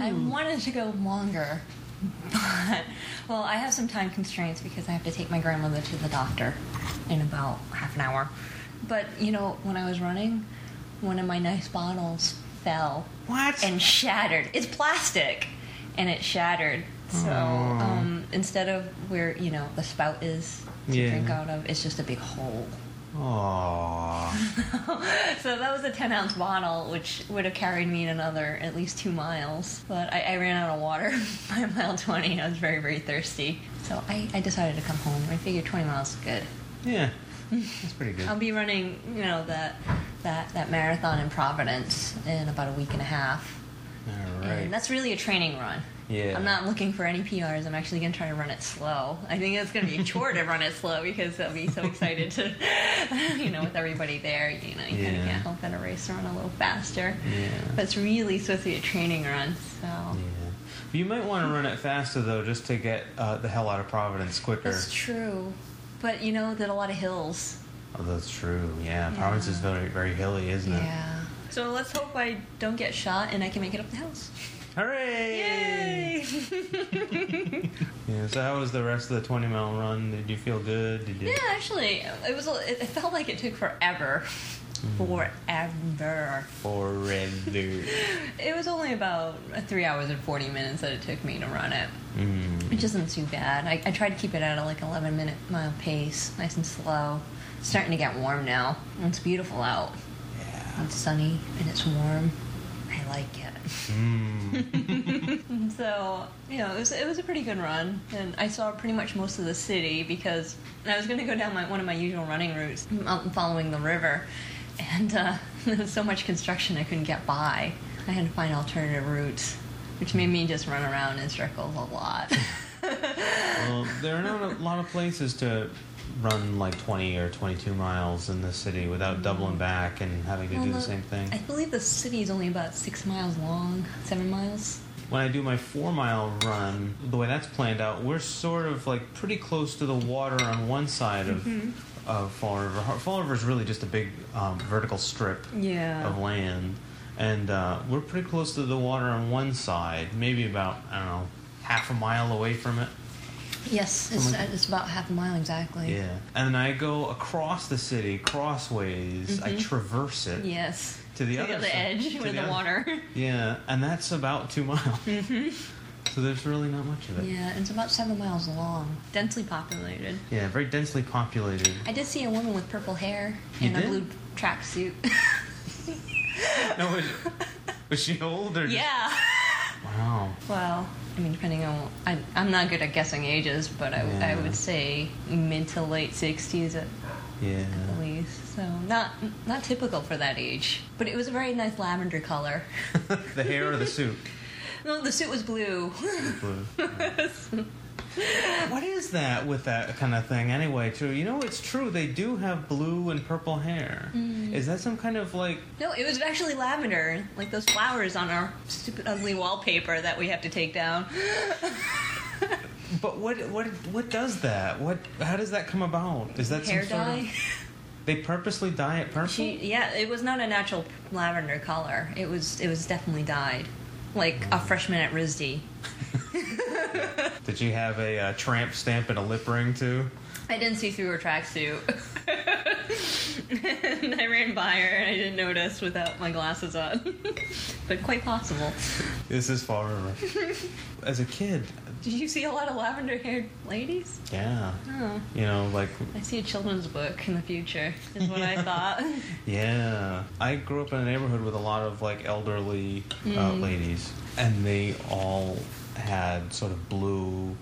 [SPEAKER 10] I wanted to go longer, but, well, I have some time constraints because I have to take my grandmother to the doctor in about half an hour. But, you know, when I was running, one of my nice bottles fell.
[SPEAKER 5] What?
[SPEAKER 10] And shattered. It's plastic. And it shattered. So um, instead of where, you know, the spout is to
[SPEAKER 5] Yeah.
[SPEAKER 10] drink out of, it's just a big hole.
[SPEAKER 5] Aww.
[SPEAKER 6] so that was a 10 ounce bottle, which would have carried me another at least two miles. But I, I ran out of water by mile 20. I was very, very thirsty. So I, I decided to come home. I figured 20 miles is good.
[SPEAKER 5] Yeah. That's pretty good.
[SPEAKER 6] I'll be running, you know, that, that, that marathon in Providence in about a week and a half.
[SPEAKER 5] All
[SPEAKER 6] And
[SPEAKER 5] right.
[SPEAKER 6] that's really a training run.
[SPEAKER 5] Yeah.
[SPEAKER 6] I'm not looking for any PRs. I'm actually going to try to run it slow. I think it's going to be a chore to run it slow because I'll be so excited to, you know, with everybody there, you know, you kind
[SPEAKER 5] Yeah.
[SPEAKER 6] of can't help but a race to run a little faster.
[SPEAKER 5] Yeah.
[SPEAKER 6] But it's really supposed to be a training run, so.
[SPEAKER 5] Yeah. You might want to run it faster though, just to get uh, the hell out of Providence quicker.
[SPEAKER 6] That's true. But, you know, there's a lot of hills.
[SPEAKER 5] Oh, that's true. Yeah,
[SPEAKER 6] Yeah.
[SPEAKER 5] Providence is very, very hilly, isn't it?
[SPEAKER 6] Yeah. So let's hope I don't get shot and I can make it up the hills.
[SPEAKER 5] Hooray!
[SPEAKER 6] Yay!
[SPEAKER 5] Yeah. So how was the rest of the 20 mile run? Did you feel good? Did you?
[SPEAKER 6] Yeah, actually, it was. a- It felt like it took forever.
[SPEAKER 5] Mm.
[SPEAKER 6] Forever.
[SPEAKER 5] Forever.
[SPEAKER 6] It was only about three hours and forty minutes that it took me to run it,
[SPEAKER 5] mm.
[SPEAKER 6] which isn't too bad. I, I tried to keep it at a like eleven minute mile pace, nice and slow. It's starting to get warm now. and It's beautiful out. Yeah. It's sunny and it's warm. I like it. And so you know, it was it was a pretty good run, and I saw pretty much most of the city because I was going to go down my one of my usual running routes, um, following the river, and uh, there was so much construction I couldn't get by. I had to find alternative routes, which made me just run around in circles a lot.
[SPEAKER 5] Well, there are not a lot of places to run like 20 or 22 miles in the city without doubling back and having to do the same
[SPEAKER 6] Mm-hmm. I
[SPEAKER 5] thing.
[SPEAKER 6] believe the city is only about six miles long, seven miles.
[SPEAKER 5] When I do my four mile run, the way that's planned out, we're sort of like pretty close to the water on one side of,
[SPEAKER 6] Mm-hmm.
[SPEAKER 5] of Fall River. Har- Fall River is really just a big um, vertical strip
[SPEAKER 6] Yeah.
[SPEAKER 5] of land, and uh, we're pretty close to the water on one side, maybe about, I don't know, half a mile away from it.
[SPEAKER 6] Yes, it's,
[SPEAKER 5] Something-
[SPEAKER 6] it's about half a mile exactly.
[SPEAKER 5] Yeah. And I go across the city, crossways. I traverse it
[SPEAKER 6] Yes.
[SPEAKER 5] to the
[SPEAKER 6] Mm-hmm. To
[SPEAKER 5] other
[SPEAKER 6] the
[SPEAKER 5] side-
[SPEAKER 6] edge
[SPEAKER 5] to
[SPEAKER 6] with the
[SPEAKER 5] other-
[SPEAKER 6] water.
[SPEAKER 5] Yeah, and that's about two miles. Mm-hmm. So there's really not much of it.
[SPEAKER 6] Yeah, it's about seven miles long, densely populated.
[SPEAKER 5] Yeah, very densely populated.
[SPEAKER 6] I did see a woman with purple hair
[SPEAKER 5] You
[SPEAKER 6] and
[SPEAKER 5] did?
[SPEAKER 6] a blue tracksuit.
[SPEAKER 5] No, was, was she old or? just-
[SPEAKER 6] yeah.
[SPEAKER 5] Wow.
[SPEAKER 6] Well, I mean, depending on, I, I'm not good at guessing ages, but I, I
[SPEAKER 5] Yeah.
[SPEAKER 6] would say mid to late 60s at
[SPEAKER 5] Yeah.
[SPEAKER 6] at least. So not not typical for that age, but it was a very nice lavender color.
[SPEAKER 5] the hair or the suit?
[SPEAKER 6] No, the suit was blue.
[SPEAKER 5] Blue. what is that with that kind of thing anyway? Too. You know, it's true. They do have blue and purple hair.
[SPEAKER 6] Mm.
[SPEAKER 5] Is that some kind of like?
[SPEAKER 6] No, it was actually lavender, like those flowers on our stupid ugly wallpaper that we have to take down.
[SPEAKER 5] But what what what does that? What how does that come about? Is that
[SPEAKER 6] hair
[SPEAKER 5] some sort
[SPEAKER 6] dye.
[SPEAKER 5] of they purposely dye it purple?
[SPEAKER 6] She, yeah, it was not a natural lavender color. It was it was definitely dyed, like a freshman at RISD.
[SPEAKER 5] Did she have a uh, tramp stamp and a lip ring too?
[SPEAKER 6] I didn't see through her tracksuit. and I ran by her and I didn't notice without my glasses on. but quite possible.
[SPEAKER 5] This is Fall River. As a kid,
[SPEAKER 6] Did you see a lot of lavender haired ladies?
[SPEAKER 5] yeah,
[SPEAKER 6] Oh.
[SPEAKER 5] you know, like
[SPEAKER 6] I see a children's book in the future, is what I thought.
[SPEAKER 5] yeah. I grew up in a neighborhood with a lot of like elderly uh,
[SPEAKER 6] Mm.
[SPEAKER 5] ladies, and they all had sort of blue,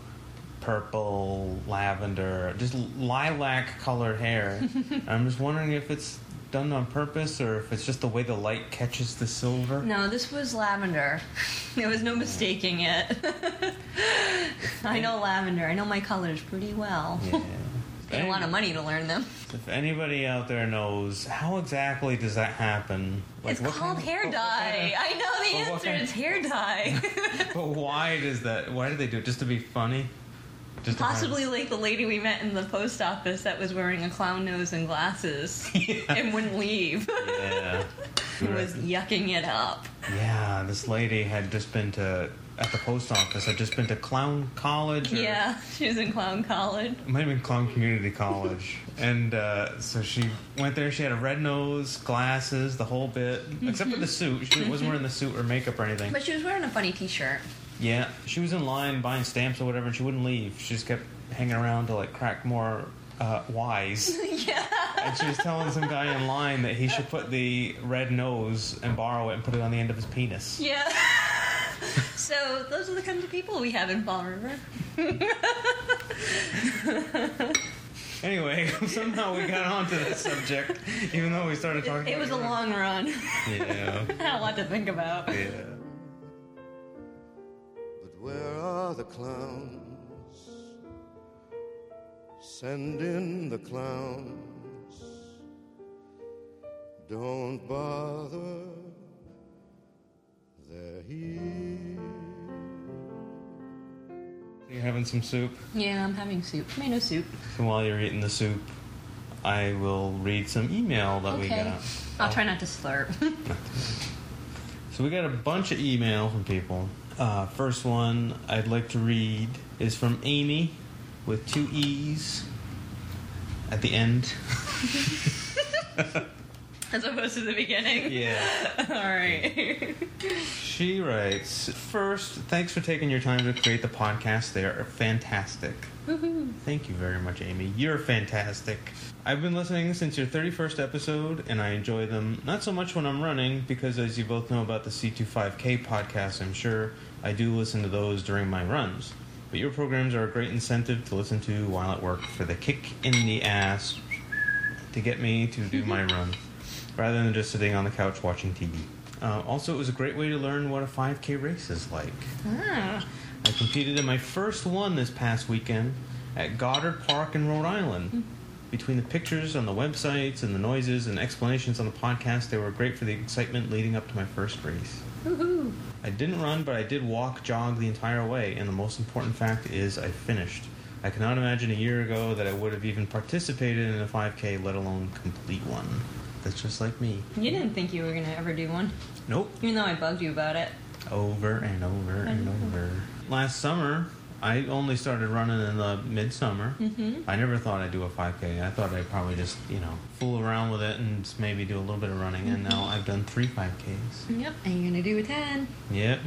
[SPEAKER 5] purple, lavender, just lilac colored hair. And I'm just wondering if it's done on purpose or if it's just the way the light catches the silver.
[SPEAKER 6] No, this was lavender. There was no mistaking it. I know lavender. I know my colors pretty well.
[SPEAKER 5] Yeah.
[SPEAKER 6] Paid a lot of money to learn them.
[SPEAKER 5] If anybody out there knows, how exactly does that happen? Like,
[SPEAKER 6] it's
[SPEAKER 5] what kind
[SPEAKER 6] called
[SPEAKER 5] of-
[SPEAKER 6] hair
[SPEAKER 5] what- what
[SPEAKER 6] dye.
[SPEAKER 5] kind
[SPEAKER 6] I know
[SPEAKER 5] but
[SPEAKER 6] the
[SPEAKER 5] what
[SPEAKER 6] answer.
[SPEAKER 5] kind-
[SPEAKER 6] It's hair dye.
[SPEAKER 5] of- but why does that? Why do they do it? Just to be funny? Just to
[SPEAKER 6] Possibly like the lady we met in the post office that was wearing a clown nose and glasses and wouldn't leave.
[SPEAKER 5] Have, yeah.
[SPEAKER 6] It was yucking it up.
[SPEAKER 5] Yeah. This lady had just been to at the post office. Had just been to clown college. Or,
[SPEAKER 6] Yeah, she was in clown college.
[SPEAKER 5] It might have been clown community college. and uh, so she went there. She had a red nose, glasses, the whole bit, except for the suit. She wasn't wearing the suit or makeup or anything.
[SPEAKER 6] Mm-hmm. But she was wearing a funny t-shirt.
[SPEAKER 5] Yeah, she was in line buying stamps or whatever, and she wouldn't leave. She just kept hanging around to like crack more uh, Ys.
[SPEAKER 6] yeah.
[SPEAKER 5] and she was telling some guy in line that he should put the red nose and borrow it and put it on the end of his penis.
[SPEAKER 10] Yeah. so those are the kinds of people we have in Fall River.
[SPEAKER 5] Anyway, somehow we got onto this subject, even though we started talking.
[SPEAKER 10] It was a long run.
[SPEAKER 5] Yeah.
[SPEAKER 10] I had a lot to think about.
[SPEAKER 5] Yeah.
[SPEAKER 11] Where are the clowns? Send in the clowns. Don't bother, they're here.
[SPEAKER 5] You're having some soup.
[SPEAKER 10] Yeah, I'm having soup, tomato soup.
[SPEAKER 5] So while you're eating the soup, I will read some email that we
[SPEAKER 10] okay.
[SPEAKER 5] got.
[SPEAKER 10] I'll try not to slurp.
[SPEAKER 5] So we got a bunch of email from people. Uh, first one I'd like to read is from Amy with two E's at the end.
[SPEAKER 10] As opposed to the beginning.
[SPEAKER 5] Yeah.
[SPEAKER 10] All right.
[SPEAKER 5] She writes First, thanks for taking your time to create the podcast. They are fantastic.
[SPEAKER 10] Woohoo.
[SPEAKER 5] Thank you very much, Amy. You're fantastic. I've been listening since your 31st episode, and I enjoy them. Not so much when I'm running, because as you both know about the C25K podcast, I'm sure I do listen to those during my runs. But your programs are a great incentive to listen to while at work for the kick in the ass to get me to do my run, rather than just sitting on the couch watching TV. Uh, also, it was a great way to learn what a 5K race is like.
[SPEAKER 10] Ah.
[SPEAKER 5] I competed in my first one this past weekend at Goddard Park in Rhode Island. Between the pictures on the websites and the noises and explanations on the podcast, they were great for the excitement leading up to my first race.
[SPEAKER 10] Woohoo.
[SPEAKER 5] I didn't run, but I did walk, jog the entire way, and the most important fact is I finished. I cannot imagine a year ago that I would have even participated in a 5K, let alone complete one. That's just like me.
[SPEAKER 10] You didn't think you were going to ever do one,
[SPEAKER 5] Nope.
[SPEAKER 10] even though I bugged you about it.
[SPEAKER 5] Over and over and over. Last summer, I only started running in the midsummer.
[SPEAKER 10] Mm-hmm.
[SPEAKER 5] I never thought I'd do a 5K. I thought I'd probably just, you know, fool around with it and maybe do a little bit of running. And now I've done three 5Ks.
[SPEAKER 10] Mm-hmm. Yep, and you're going to do a 10.
[SPEAKER 5] Yep.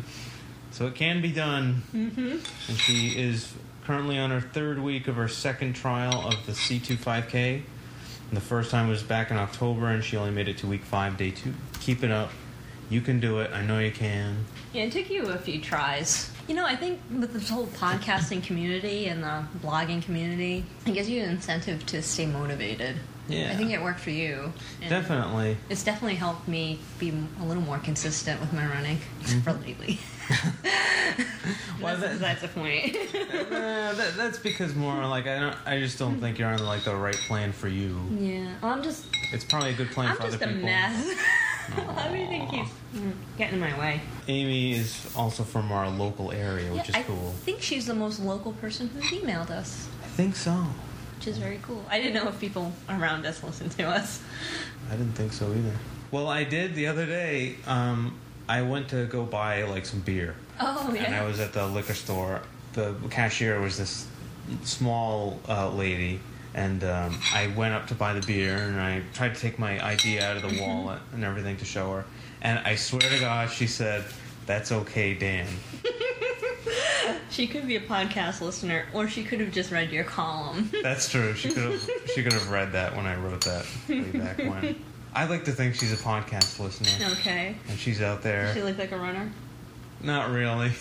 [SPEAKER 5] So it can be done.
[SPEAKER 10] Mm-hmm.
[SPEAKER 5] And she is currently on her third week of her second trial of the C2 5K. And the first time was back in October, and she only made it to week five, day two. Keep it up. You can do it. I know you can.
[SPEAKER 10] Yeah, it took you a few tries. You know, I think with this whole podcasting community and the blogging community, it gives you an incentive to stay motivated.
[SPEAKER 5] Yeah.
[SPEAKER 10] I think it worked for you. and
[SPEAKER 5] Definitely.
[SPEAKER 10] It's definitely helped me be a little more consistent with my running,
[SPEAKER 5] Mm-hmm.
[SPEAKER 10] except for lately.
[SPEAKER 5] Well,
[SPEAKER 10] that's, that's the point.
[SPEAKER 5] Uh, that, that's because more like I don't. I just don't think you're on like the right plan for you.
[SPEAKER 10] yeah, well, I'm just,
[SPEAKER 5] It's probably a good plan
[SPEAKER 10] I'm
[SPEAKER 5] for
[SPEAKER 10] just a
[SPEAKER 5] other people.
[SPEAKER 10] mess. Everything keeps mm, getting in my way.
[SPEAKER 5] Amy is also from our local area, which
[SPEAKER 10] yeah,
[SPEAKER 5] is cool.
[SPEAKER 10] I think she's the most local person who's emailed us.
[SPEAKER 5] I think so.
[SPEAKER 10] which is very cool. I didn't know if people around us listened to us.
[SPEAKER 5] I didn't think so either. Well, I did the other day. Um, I went to go buy like some beer.
[SPEAKER 10] Oh
[SPEAKER 5] And I was at the liquor store. The cashier was this small uh, lady, and um, I went up to buy the beer, and I tried to take my ID out of the wallet and everything to show her. And I swear to God, she said, "That's okay, Dan."
[SPEAKER 10] she could be a podcast listener, or she could have just read your column.
[SPEAKER 5] That's true. She could have she could have read that when I wrote that way back when. I like to think she's a podcast listener,
[SPEAKER 10] okay.
[SPEAKER 5] and she's out
[SPEAKER 10] Does she
[SPEAKER 5] there.
[SPEAKER 10] look like a runner?
[SPEAKER 5] Not really.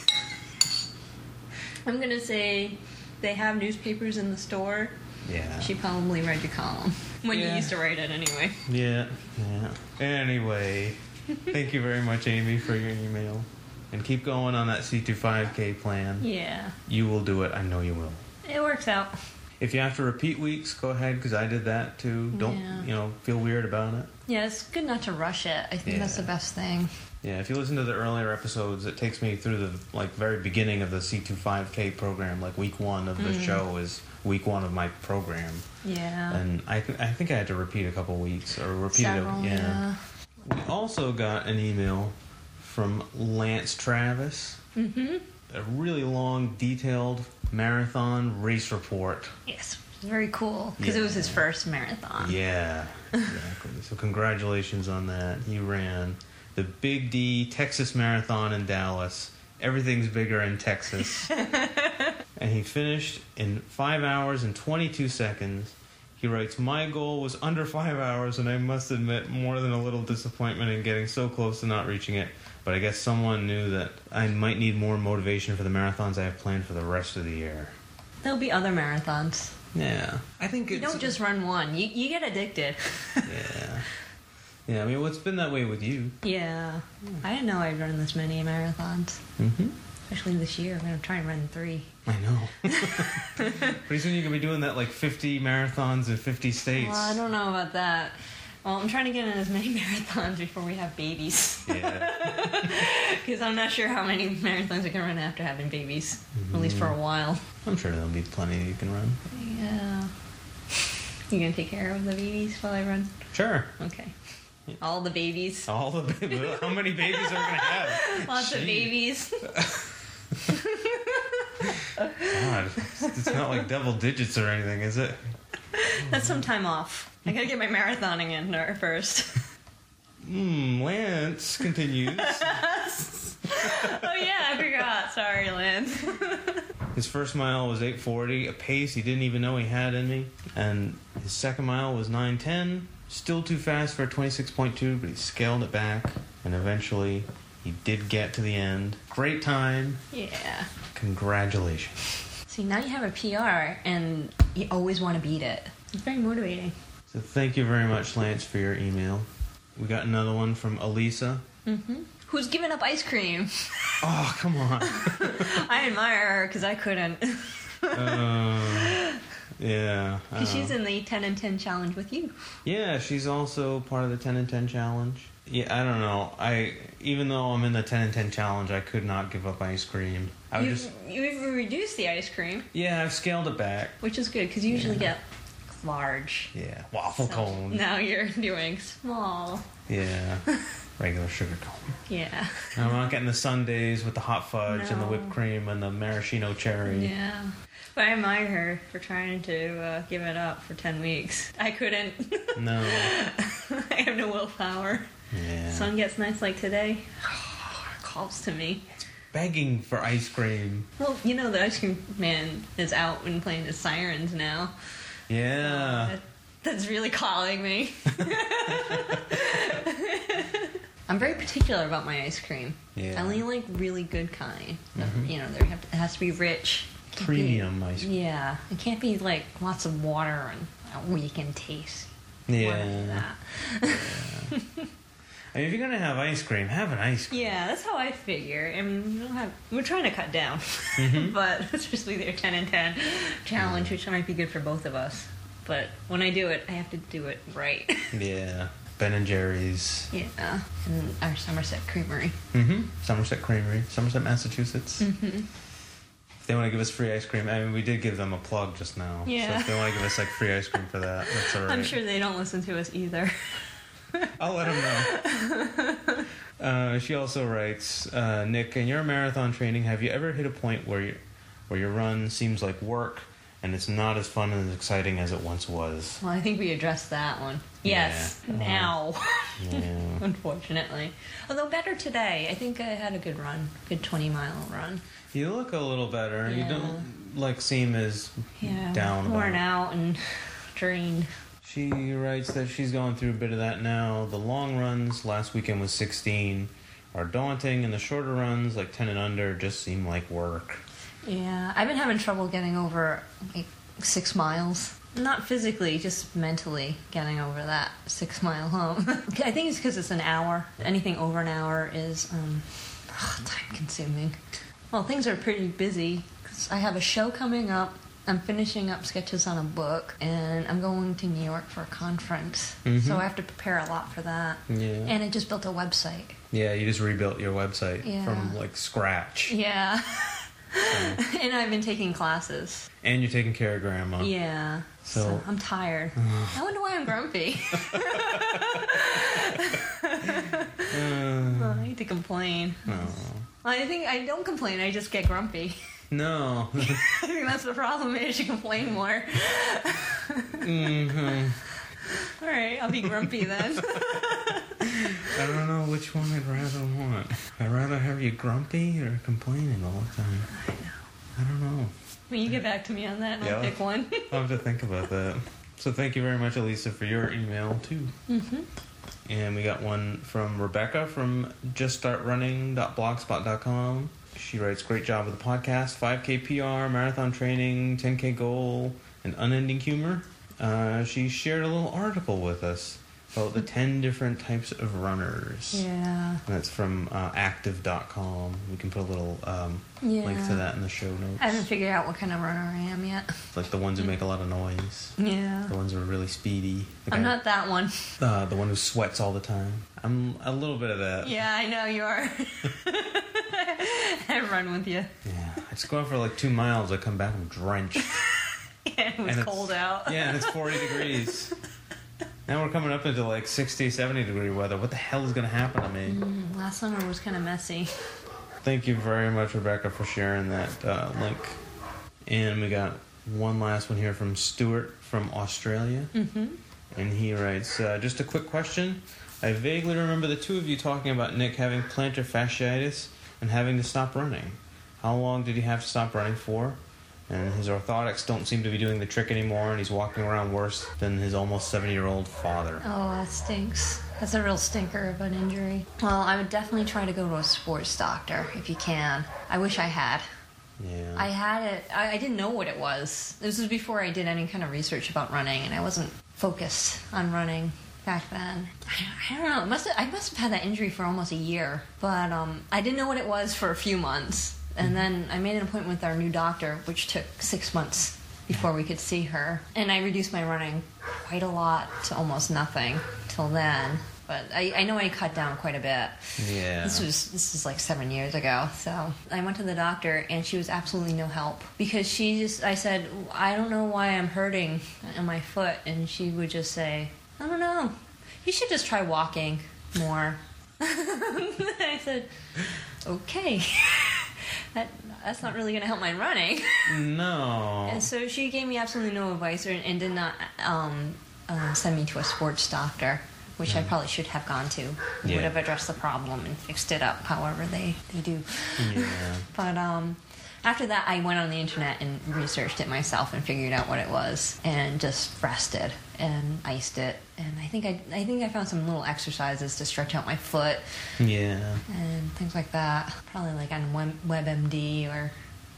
[SPEAKER 10] I'm gonna say they have newspapers in the store.
[SPEAKER 5] Yeah.
[SPEAKER 10] She probably read your column when
[SPEAKER 5] Yeah.
[SPEAKER 10] you used to write it, anyway.
[SPEAKER 5] Yeah, yeah. Anyway, thank you very much, Amy, for your email. And keep going on that C25K plan.
[SPEAKER 10] Yeah,
[SPEAKER 5] You will do it. I know you will.
[SPEAKER 10] it works out.
[SPEAKER 5] If you have to repeat weeks, go ahead, because I did that too. Don't,
[SPEAKER 10] Yeah.
[SPEAKER 5] you know, feel weird about it.
[SPEAKER 10] Yeah, it's good not to rush it. I think that's
[SPEAKER 5] Yeah.
[SPEAKER 10] the best thing.
[SPEAKER 5] Yeah, if you listen to the earlier episodes, it takes me through the like very beginning of the C25K program. Like week one of the
[SPEAKER 10] Mm.
[SPEAKER 5] show is week one of my program,
[SPEAKER 10] Yeah.
[SPEAKER 5] and I th- I think I had to repeat a couple weeks or repeat
[SPEAKER 10] Several,
[SPEAKER 5] it. We also got an email from Lance Travis,
[SPEAKER 10] yeah. Mm-hmm.
[SPEAKER 5] a really long, detailed marathon race report.
[SPEAKER 10] Yes, it's very cool because it was his
[SPEAKER 5] Yeah.
[SPEAKER 10] first marathon.
[SPEAKER 5] Yeah, exactly. so, congratulations on that. He ran the Big D Texas Marathon in Dallas. Everything's bigger in Texas. and he finished in 5 hours and 22 seconds. He writes, My goal was under five hours, and I must admit, more than a little disappointment in getting so close to not reaching it. But I guess someone knew that I might need more motivation for the marathons I have planned for the rest of the year.
[SPEAKER 10] There'll be other marathons.
[SPEAKER 5] Yeah. I think
[SPEAKER 10] You
[SPEAKER 5] it's.
[SPEAKER 10] don't just run one. You, you get addicted.
[SPEAKER 5] yeah. Yeah, I mean, well, it's been that way with you.
[SPEAKER 10] yeah. I didn't know I'd run this many marathons,
[SPEAKER 5] Mm-hmm.
[SPEAKER 10] especially this year. I'm going to try and run three.
[SPEAKER 5] I know. Pretty soon you're going to be doing that like 50 marathons in 50 states.
[SPEAKER 10] Well, I don't know about that. Well, I'm trying to get in as many marathons before we have babies.
[SPEAKER 5] Yeah.
[SPEAKER 10] Because I'm not sure how many marathons we can run after having babies, at least for a while.
[SPEAKER 5] I'm sure there'll be plenty you can run.
[SPEAKER 10] Yeah. You gonna take care of the babies while I run?
[SPEAKER 5] Sure.
[SPEAKER 10] Okay. All the babies.
[SPEAKER 5] All the babies. How many babies are we going to have?
[SPEAKER 10] Lots of
[SPEAKER 5] Gee,
[SPEAKER 10] babies.
[SPEAKER 5] God. It's not like double digits or anything, is it?
[SPEAKER 10] That's some time off. I gotta get my marathoning in there first.
[SPEAKER 5] Hmm, Lance continues.
[SPEAKER 10] oh yeah, I forgot. Sorry, Lance.
[SPEAKER 5] His first mile was 840, a pace he didn't even know he had in me. And his second mile was 910, still too fast for a 26.2, but he scaled it back. And eventually, he did get to the end. Great time.
[SPEAKER 10] yeah.
[SPEAKER 5] Congratulations.
[SPEAKER 10] See, now you have a PR, and you always want to beat it. It's very motivating.
[SPEAKER 5] So thank you very much, Lance, for your email. We got another one from Elisa.
[SPEAKER 10] hmm Who's giving up ice cream?
[SPEAKER 5] Oh, come on.
[SPEAKER 10] I admire her because I couldn't.
[SPEAKER 5] Uh, yeah. I don't
[SPEAKER 10] 'Cause she's
[SPEAKER 5] know.
[SPEAKER 10] in the 10 and 10 challenge with you.
[SPEAKER 5] Yeah, she's also part of the 10 and 10 challenge. Yeah, I don't know. I even though I'm in the 10 and 10 challenge, I could not give up ice cream. I would
[SPEAKER 10] You've,
[SPEAKER 5] just
[SPEAKER 10] you've reduced the ice cream,
[SPEAKER 5] Yeah, I've scaled it back.
[SPEAKER 10] which is good because you usually get large.
[SPEAKER 5] Yeah, waffle cone.
[SPEAKER 10] Now you're doing small.
[SPEAKER 5] Yeah. Regular sugar cone.
[SPEAKER 10] Yeah.
[SPEAKER 5] I'm not getting the sundaes with the hot fudge and the
[SPEAKER 10] No.
[SPEAKER 5] whipped cream and the maraschino cherry.
[SPEAKER 10] Yeah. But I admire her for trying to uh, give it up for 10 weeks. I couldn't.
[SPEAKER 5] No.
[SPEAKER 10] I have no willpower.
[SPEAKER 5] Yeah.
[SPEAKER 10] Sun gets nice like today. Calls to me.
[SPEAKER 5] Begging for ice cream.
[SPEAKER 10] Well, you know, the ice cream man is out and playing his sirens now.
[SPEAKER 5] Yeah.
[SPEAKER 10] That- That's really calling me. I'm very particular about my ice cream.
[SPEAKER 5] Yeah.
[SPEAKER 10] I only like really good kind.
[SPEAKER 5] Mhm.
[SPEAKER 10] You know, there have it has to be rich. Can't be-
[SPEAKER 5] Premium ice cream.
[SPEAKER 10] Yeah, it can't be like lots of water and a weakened taste.
[SPEAKER 5] Yeah. I mean, if you're gonna have ice cream, have an ice cream.
[SPEAKER 10] Yeah, that's how I figure. I mean, we don't have, we're trying to cut down,
[SPEAKER 5] Mm-hmm.
[SPEAKER 10] but especially their 10 and 10 challenge, which might be good for both of us. But when I do it, I have to do it right.
[SPEAKER 5] Yeah. Ben and Jerry's.
[SPEAKER 10] yeah, and our Somerset Creamery.
[SPEAKER 5] Mm-hmm. Somerset Creamery, Somerset, Massachusetts.
[SPEAKER 10] Mm-hmm.
[SPEAKER 5] If they want to give us free ice cream, I mean, we did give them a plug just now. So
[SPEAKER 10] Yeah.
[SPEAKER 5] if they want to give us like free ice cream for that, that's all right.
[SPEAKER 10] I'm sure they don't listen to us either.
[SPEAKER 5] I'll let them know. uh, she also writes, uh, Nick, in your marathon training, have you ever hit a point where your where your run seems like work and it's not as fun and as exciting as it once was?
[SPEAKER 10] Well, I think we addressed that one. Yes,
[SPEAKER 5] Yeah. Uh-huh.
[SPEAKER 10] now.
[SPEAKER 5] Yeah.
[SPEAKER 10] Unfortunately. Although better today. I think I had a good run, good 20 mile run.
[SPEAKER 5] You look a little better. You
[SPEAKER 10] Yeah.
[SPEAKER 5] don't like seem as
[SPEAKER 10] Yeah.
[SPEAKER 5] down. about
[SPEAKER 10] Worn
[SPEAKER 5] it.
[SPEAKER 10] out and drained.
[SPEAKER 5] She writes that she's going through a bit of that now. The long runs last weekend was 16 are daunting, and the shorter runs, like 10 and under, just seem like work.
[SPEAKER 10] Yeah, I've been having trouble getting over like six miles. Not physically, just mentally getting over that six mile home. I think it's because it's an hour. Anything over an hour is um, time consuming. Well, things are pretty busy 'cause I have a show coming up. I'm finishing up sketches on a book, and I'm going to New York for a conference.
[SPEAKER 5] Mhm.
[SPEAKER 10] So I have to prepare a lot for that.
[SPEAKER 5] Yeah.
[SPEAKER 10] And I just built a website.
[SPEAKER 5] Yeah, you just rebuilt your website
[SPEAKER 10] Yeah.
[SPEAKER 5] from like scratch,
[SPEAKER 10] Yeah. and I've been taking classes.
[SPEAKER 5] and you're taking care of grandma.
[SPEAKER 10] Yeah. So,
[SPEAKER 5] So-
[SPEAKER 10] I'm tired. I wonder why I'm grumpy.
[SPEAKER 5] Uh,
[SPEAKER 10] I need to complain.
[SPEAKER 5] oh.
[SPEAKER 10] I think I don't complain. I just get grumpy.
[SPEAKER 5] No.
[SPEAKER 10] I think that's the problem. Maybe I should complain more.
[SPEAKER 5] hmm
[SPEAKER 10] All right, I'll be grumpy then.
[SPEAKER 5] I don't know which one I'd rather want. I'd rather have you grumpy or complaining all the time. I know. I don't know.
[SPEAKER 10] Will you get back to me on that? and I'll
[SPEAKER 5] Yeah.
[SPEAKER 10] pick one.
[SPEAKER 5] I'll have to think about that. So thank you very much, Elisa, for your email too.
[SPEAKER 12] Mm-hmm.
[SPEAKER 5] And we got one from Rebecca from juststartrunning.blogspot.com. She writes, Great job with the podcast, 5K PR, marathon training, 10K goal, and unending humor. Uh, she shared a little article with us about the 10 different types of runners.
[SPEAKER 10] Yeah.
[SPEAKER 5] And that's from uh, active.com. We can put a little um, link to
[SPEAKER 10] Yeah.
[SPEAKER 5] that in the show notes.
[SPEAKER 10] I haven't figured out what kind of runner I am yet.
[SPEAKER 5] Like the ones who make a lot of noise.
[SPEAKER 10] Yeah.
[SPEAKER 5] The ones who are really speedy. The
[SPEAKER 10] I'm
[SPEAKER 5] guy-
[SPEAKER 10] not that one.
[SPEAKER 5] Uh, the one who sweats all the time. I'm a little bit of that.
[SPEAKER 10] Yeah, I know you are. I run with you.
[SPEAKER 5] I just go out for like two miles. I come back, I'm drenched.
[SPEAKER 10] it was
[SPEAKER 5] it's-
[SPEAKER 10] cold out.
[SPEAKER 5] Yeah, and it's 40 degrees. Now we're coming up into like 60, 70 degree weather. What the hell is going to happen to me?
[SPEAKER 10] Mm, Last summer was kind of messy.
[SPEAKER 5] Thank you very much, Rebecca, for sharing that uh, link. And we got one last one here from Stuart from Australia.
[SPEAKER 12] Mm-hmm.
[SPEAKER 5] And he writes, uh, just a quick question. I vaguely remember the two of you talking about Nick having plantar fasciitis and having to stop running. How long did he have to stop running for? And his orthotics don't seem to be doing the trick anymore, and he's walking around worse than his almost 70 year old father.
[SPEAKER 10] Oh, that stinks. That's a real stinker of an injury. Well, I would definitely try to go to a sports doctor if you can. I wish I had.
[SPEAKER 5] Yeah.
[SPEAKER 10] I had it. I, I didn't know what it was. This was before I did any kind of research about running, and I wasn't focused on running back then. I, I don't know. It must have, I must have had that injury for almost a year, but um, I didn't know what it was for a few months, and then I made an appointment with our new doctor, which took six months before we could see her, and I reduced my running quite a lot to almost nothing till then. But I, I know I cut down quite a bit.
[SPEAKER 5] Yeah.
[SPEAKER 10] This was this is like seven years ago. So I went to the doctor and she was absolutely no help because she just I said I don't know why I'm hurting in my foot and she would just say I don't know. You should just try walking more. I said okay. that that's not really going to help my running.
[SPEAKER 5] No.
[SPEAKER 10] And so she gave me absolutely no advice and, and did not um, uh, send me to a sports doctor, which I probably should have gone to.
[SPEAKER 5] Mm. Yeah.
[SPEAKER 10] Would have addressed the problem and fixed it up however they, they do.
[SPEAKER 5] Yeah.
[SPEAKER 10] But um, after that, I went on the internet and researched it myself and figured out what it was and just rested and iced it. And I think I, I think I found some little exercises to stretch out my foot
[SPEAKER 5] Yeah.
[SPEAKER 10] and things like that. Probably like on Web- WebMD or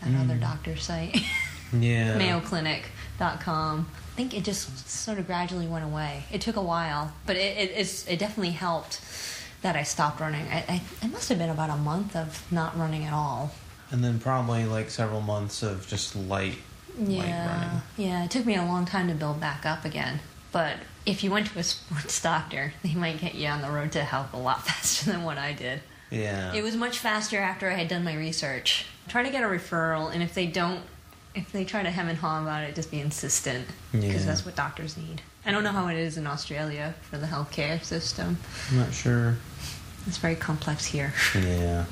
[SPEAKER 10] another
[SPEAKER 5] Mm.
[SPEAKER 10] doctor's site.
[SPEAKER 5] Yeah.
[SPEAKER 10] MayoClinic.com. I think it just sort of gradually went away. It took a while, but it, it, it's, it definitely helped that I stopped running. I, I, it must have been about a month of not running at all.
[SPEAKER 5] And then probably like several months of just light.
[SPEAKER 10] Yeah. Yeah, it took me a long time to build back up again. But if you went to a sports doctor, they might get you on the road to health a lot faster than what I did.
[SPEAKER 5] Yeah.
[SPEAKER 10] It was much faster after I had done my research. Try to get a referral, and if they don't, if they try to hem and haw about it, just be insistent because
[SPEAKER 5] Yeah.
[SPEAKER 10] that's what doctors need. I don't know how it is in Australia for the healthcare system.
[SPEAKER 5] I'm not sure.
[SPEAKER 10] It's very complex here.
[SPEAKER 5] Yeah.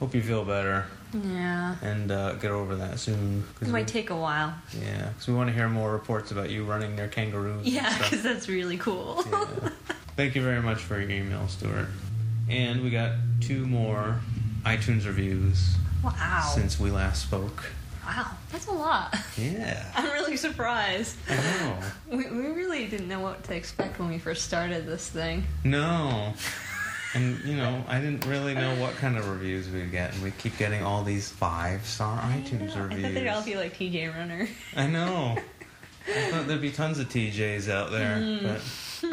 [SPEAKER 5] Hope you feel better
[SPEAKER 10] Yeah,
[SPEAKER 5] and uh, get over that soon. 'cause
[SPEAKER 10] it might
[SPEAKER 5] we-
[SPEAKER 10] take a while.
[SPEAKER 5] Yeah, because we want to hear more reports about you running near kangaroos.
[SPEAKER 10] Yeah,
[SPEAKER 5] And
[SPEAKER 10] because
[SPEAKER 5] stuff.
[SPEAKER 10] that's really cool.
[SPEAKER 5] Thank you very much for your email, Stuart. And we got two more iTunes reviews
[SPEAKER 10] Wow.
[SPEAKER 5] since we last spoke.
[SPEAKER 10] Wow, that's a lot.
[SPEAKER 5] Yeah,
[SPEAKER 10] I'm really surprised.
[SPEAKER 5] I know.
[SPEAKER 10] We, we really didn't know what to expect when we first started this thing.
[SPEAKER 5] No. And you know, I didn't really know what kind of reviews we'd get, and we keep getting all these five-star iTunes
[SPEAKER 10] I
[SPEAKER 5] reviews.
[SPEAKER 10] thought they'd all be like TJ Runner.
[SPEAKER 5] I know. I thought there'd be tons of TJs out there,
[SPEAKER 10] Mm.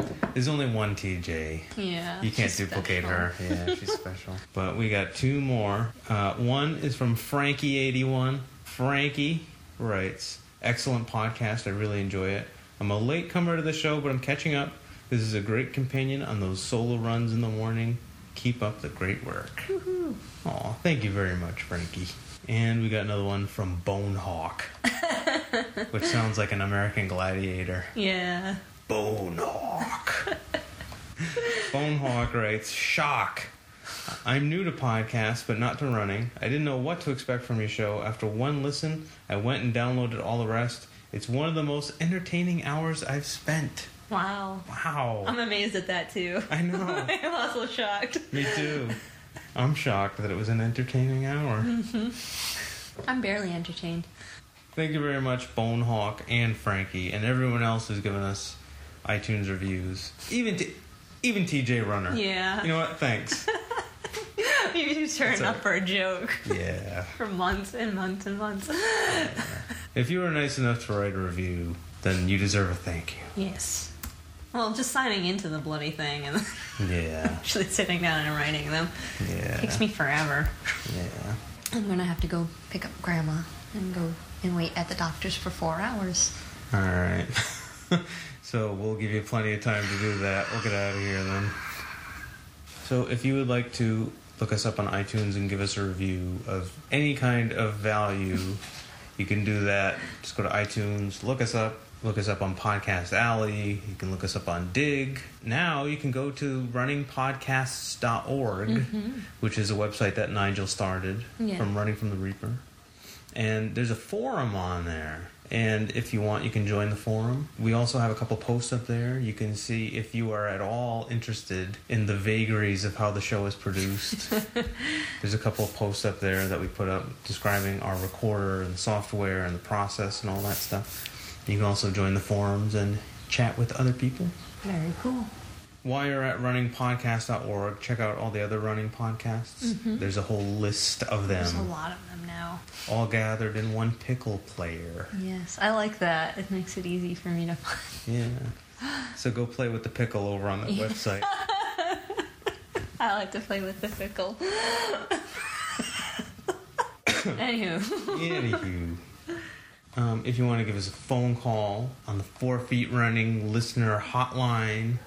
[SPEAKER 5] but there's only one TJ.
[SPEAKER 10] Yeah,
[SPEAKER 5] You can't
[SPEAKER 10] she's
[SPEAKER 5] duplicate her.
[SPEAKER 10] special.
[SPEAKER 5] Yeah, she's special. But we got two more. Uh, one is from Frankie81. Frankie writes Excellent podcast. I really enjoy it. I'm a late comer to the show, but I'm catching up. This is a great companion on those solo runs in the morning. Keep up the great work. Aw, thank you very much, Frankie. And we got another one from Bonehawk, which sounds like an American gladiator.
[SPEAKER 10] Yeah.
[SPEAKER 5] Bonehawk. Bonehawk writes, shock. I'm new to podcasts, but not to running. I didn't know what to expect from your show. After one listen, I went and downloaded all the rest. It's one of the most entertaining hours I've spent.
[SPEAKER 10] Wow.
[SPEAKER 5] Wow.
[SPEAKER 10] I'm amazed at that too.
[SPEAKER 5] I know.
[SPEAKER 10] I'm also shocked.
[SPEAKER 5] Me too. I'm shocked that it was an entertaining hour.
[SPEAKER 10] hmm I'm barely entertained.
[SPEAKER 5] Thank you very much, Bonehawk and Frankie, and everyone else who's given us iTunes reviews. Even t- even TJ Runner.
[SPEAKER 10] Yeah.
[SPEAKER 5] You know what? Thanks.
[SPEAKER 10] Maybe just turn
[SPEAKER 5] That's
[SPEAKER 10] it
[SPEAKER 5] all
[SPEAKER 10] up for a joke
[SPEAKER 5] yeah.
[SPEAKER 10] for months and months and months.
[SPEAKER 5] If you were nice enough to write a review, then you deserve a thank
[SPEAKER 10] yes. Well, just signing into the bloody thing and
[SPEAKER 5] you. Yeah.
[SPEAKER 10] actually sitting down and writing them
[SPEAKER 5] Yeah.
[SPEAKER 10] takes me forever.
[SPEAKER 5] Yeah.
[SPEAKER 10] I'm gonna have to go pick up Grandma and go and wait at the doctor's for four hours.
[SPEAKER 5] All right. so we'll give you plenty of time to do that. We'll get out of here then. So if you would like to look us up on iTunes and give us a review of any kind of value, you can do that. Just go to iTunes, look us up. Look us up on Podcast Alley. You can look us up on Dig. Now you can go to runningpodcasts.org,
[SPEAKER 10] Mhm.
[SPEAKER 5] which is a website that Nigel started
[SPEAKER 10] Yeah.
[SPEAKER 5] from Running from the Reaper and there's a forum on there. And if you want, you can join the forum. We also have a couple posts up there. You can see if you are at all interested in the vagaries of how the show is produced. there's a couple of posts up there that we put up describing our recorder and software and the process and all that stuff. You can also join the forums and chat with other people.
[SPEAKER 10] Very cool.
[SPEAKER 5] While you're at runningpodcast.org, check out all the other running podcasts.
[SPEAKER 10] Mhm.
[SPEAKER 5] There's a whole list of them
[SPEAKER 10] There's a lot of them now.
[SPEAKER 5] all gathered in one pickle player.
[SPEAKER 10] Yes, I like that. It makes it easy for me to find.
[SPEAKER 5] Yeah. So go play with the pickle over on that
[SPEAKER 10] Yeah.
[SPEAKER 5] website.
[SPEAKER 10] I like to play with the pickle. Anywho.
[SPEAKER 5] Anywho. Um, if you want to give us a phone call on the Four Feet Running listener hotline,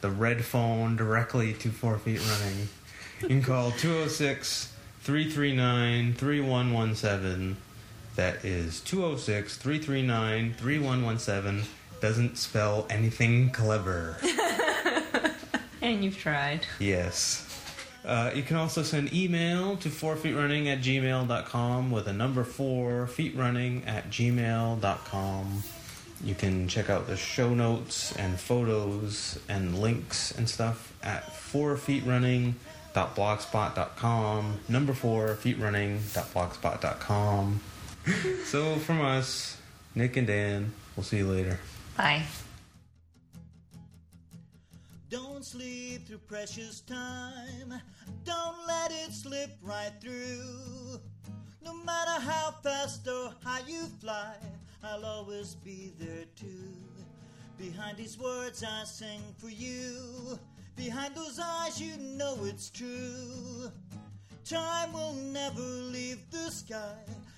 [SPEAKER 5] the red phone directly to Four Feet Running, you can call 206 339 3117. That is 206 339 3117. Doesn't spell anything clever.
[SPEAKER 10] And you've tried.
[SPEAKER 5] Yes. Uh, you can also send email to fourfeetrunning at gmail.com with a number four feetrunning at gmail.com. You can check out the show notes and photos and links and stuff at fourfeetrunning.blogspot.com. Number four feetrunning.blogspot.com. so from us, Nick and Dan, we'll see you later.
[SPEAKER 10] Bye.
[SPEAKER 13] Don't sleep through precious time. Don't let it slip right through. No matter how fast or high you fly, I'll always be there too. Behind these words I sing for you. Behind those eyes you know it's true. Time will never leave the sky.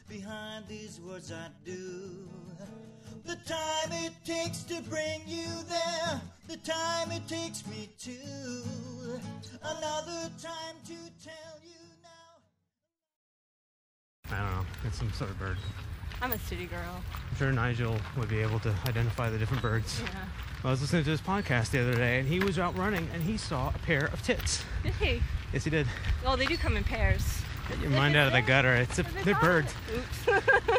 [SPEAKER 13] Behind these words I do. The time it takes to bring you there, the time it takes me to another time to tell you.
[SPEAKER 14] I don't know. It's some sort of bird.
[SPEAKER 6] I'm a city girl.
[SPEAKER 14] I'm sure Nigel would be able to identify the different birds.
[SPEAKER 6] Yeah.
[SPEAKER 14] I was listening to his podcast the other day, and he was out running, and he saw a pair of tits.
[SPEAKER 6] Did he?
[SPEAKER 14] Yes, he did.
[SPEAKER 6] Well, they do come in pairs.
[SPEAKER 14] Get your mind out of the gutter. It's a, they're birds.
[SPEAKER 6] Oops.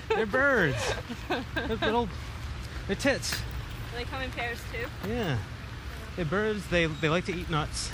[SPEAKER 14] They're birds. They're little. They're tits.
[SPEAKER 6] they come in pairs too.
[SPEAKER 14] Yeah. They're birds. They they like to eat nuts.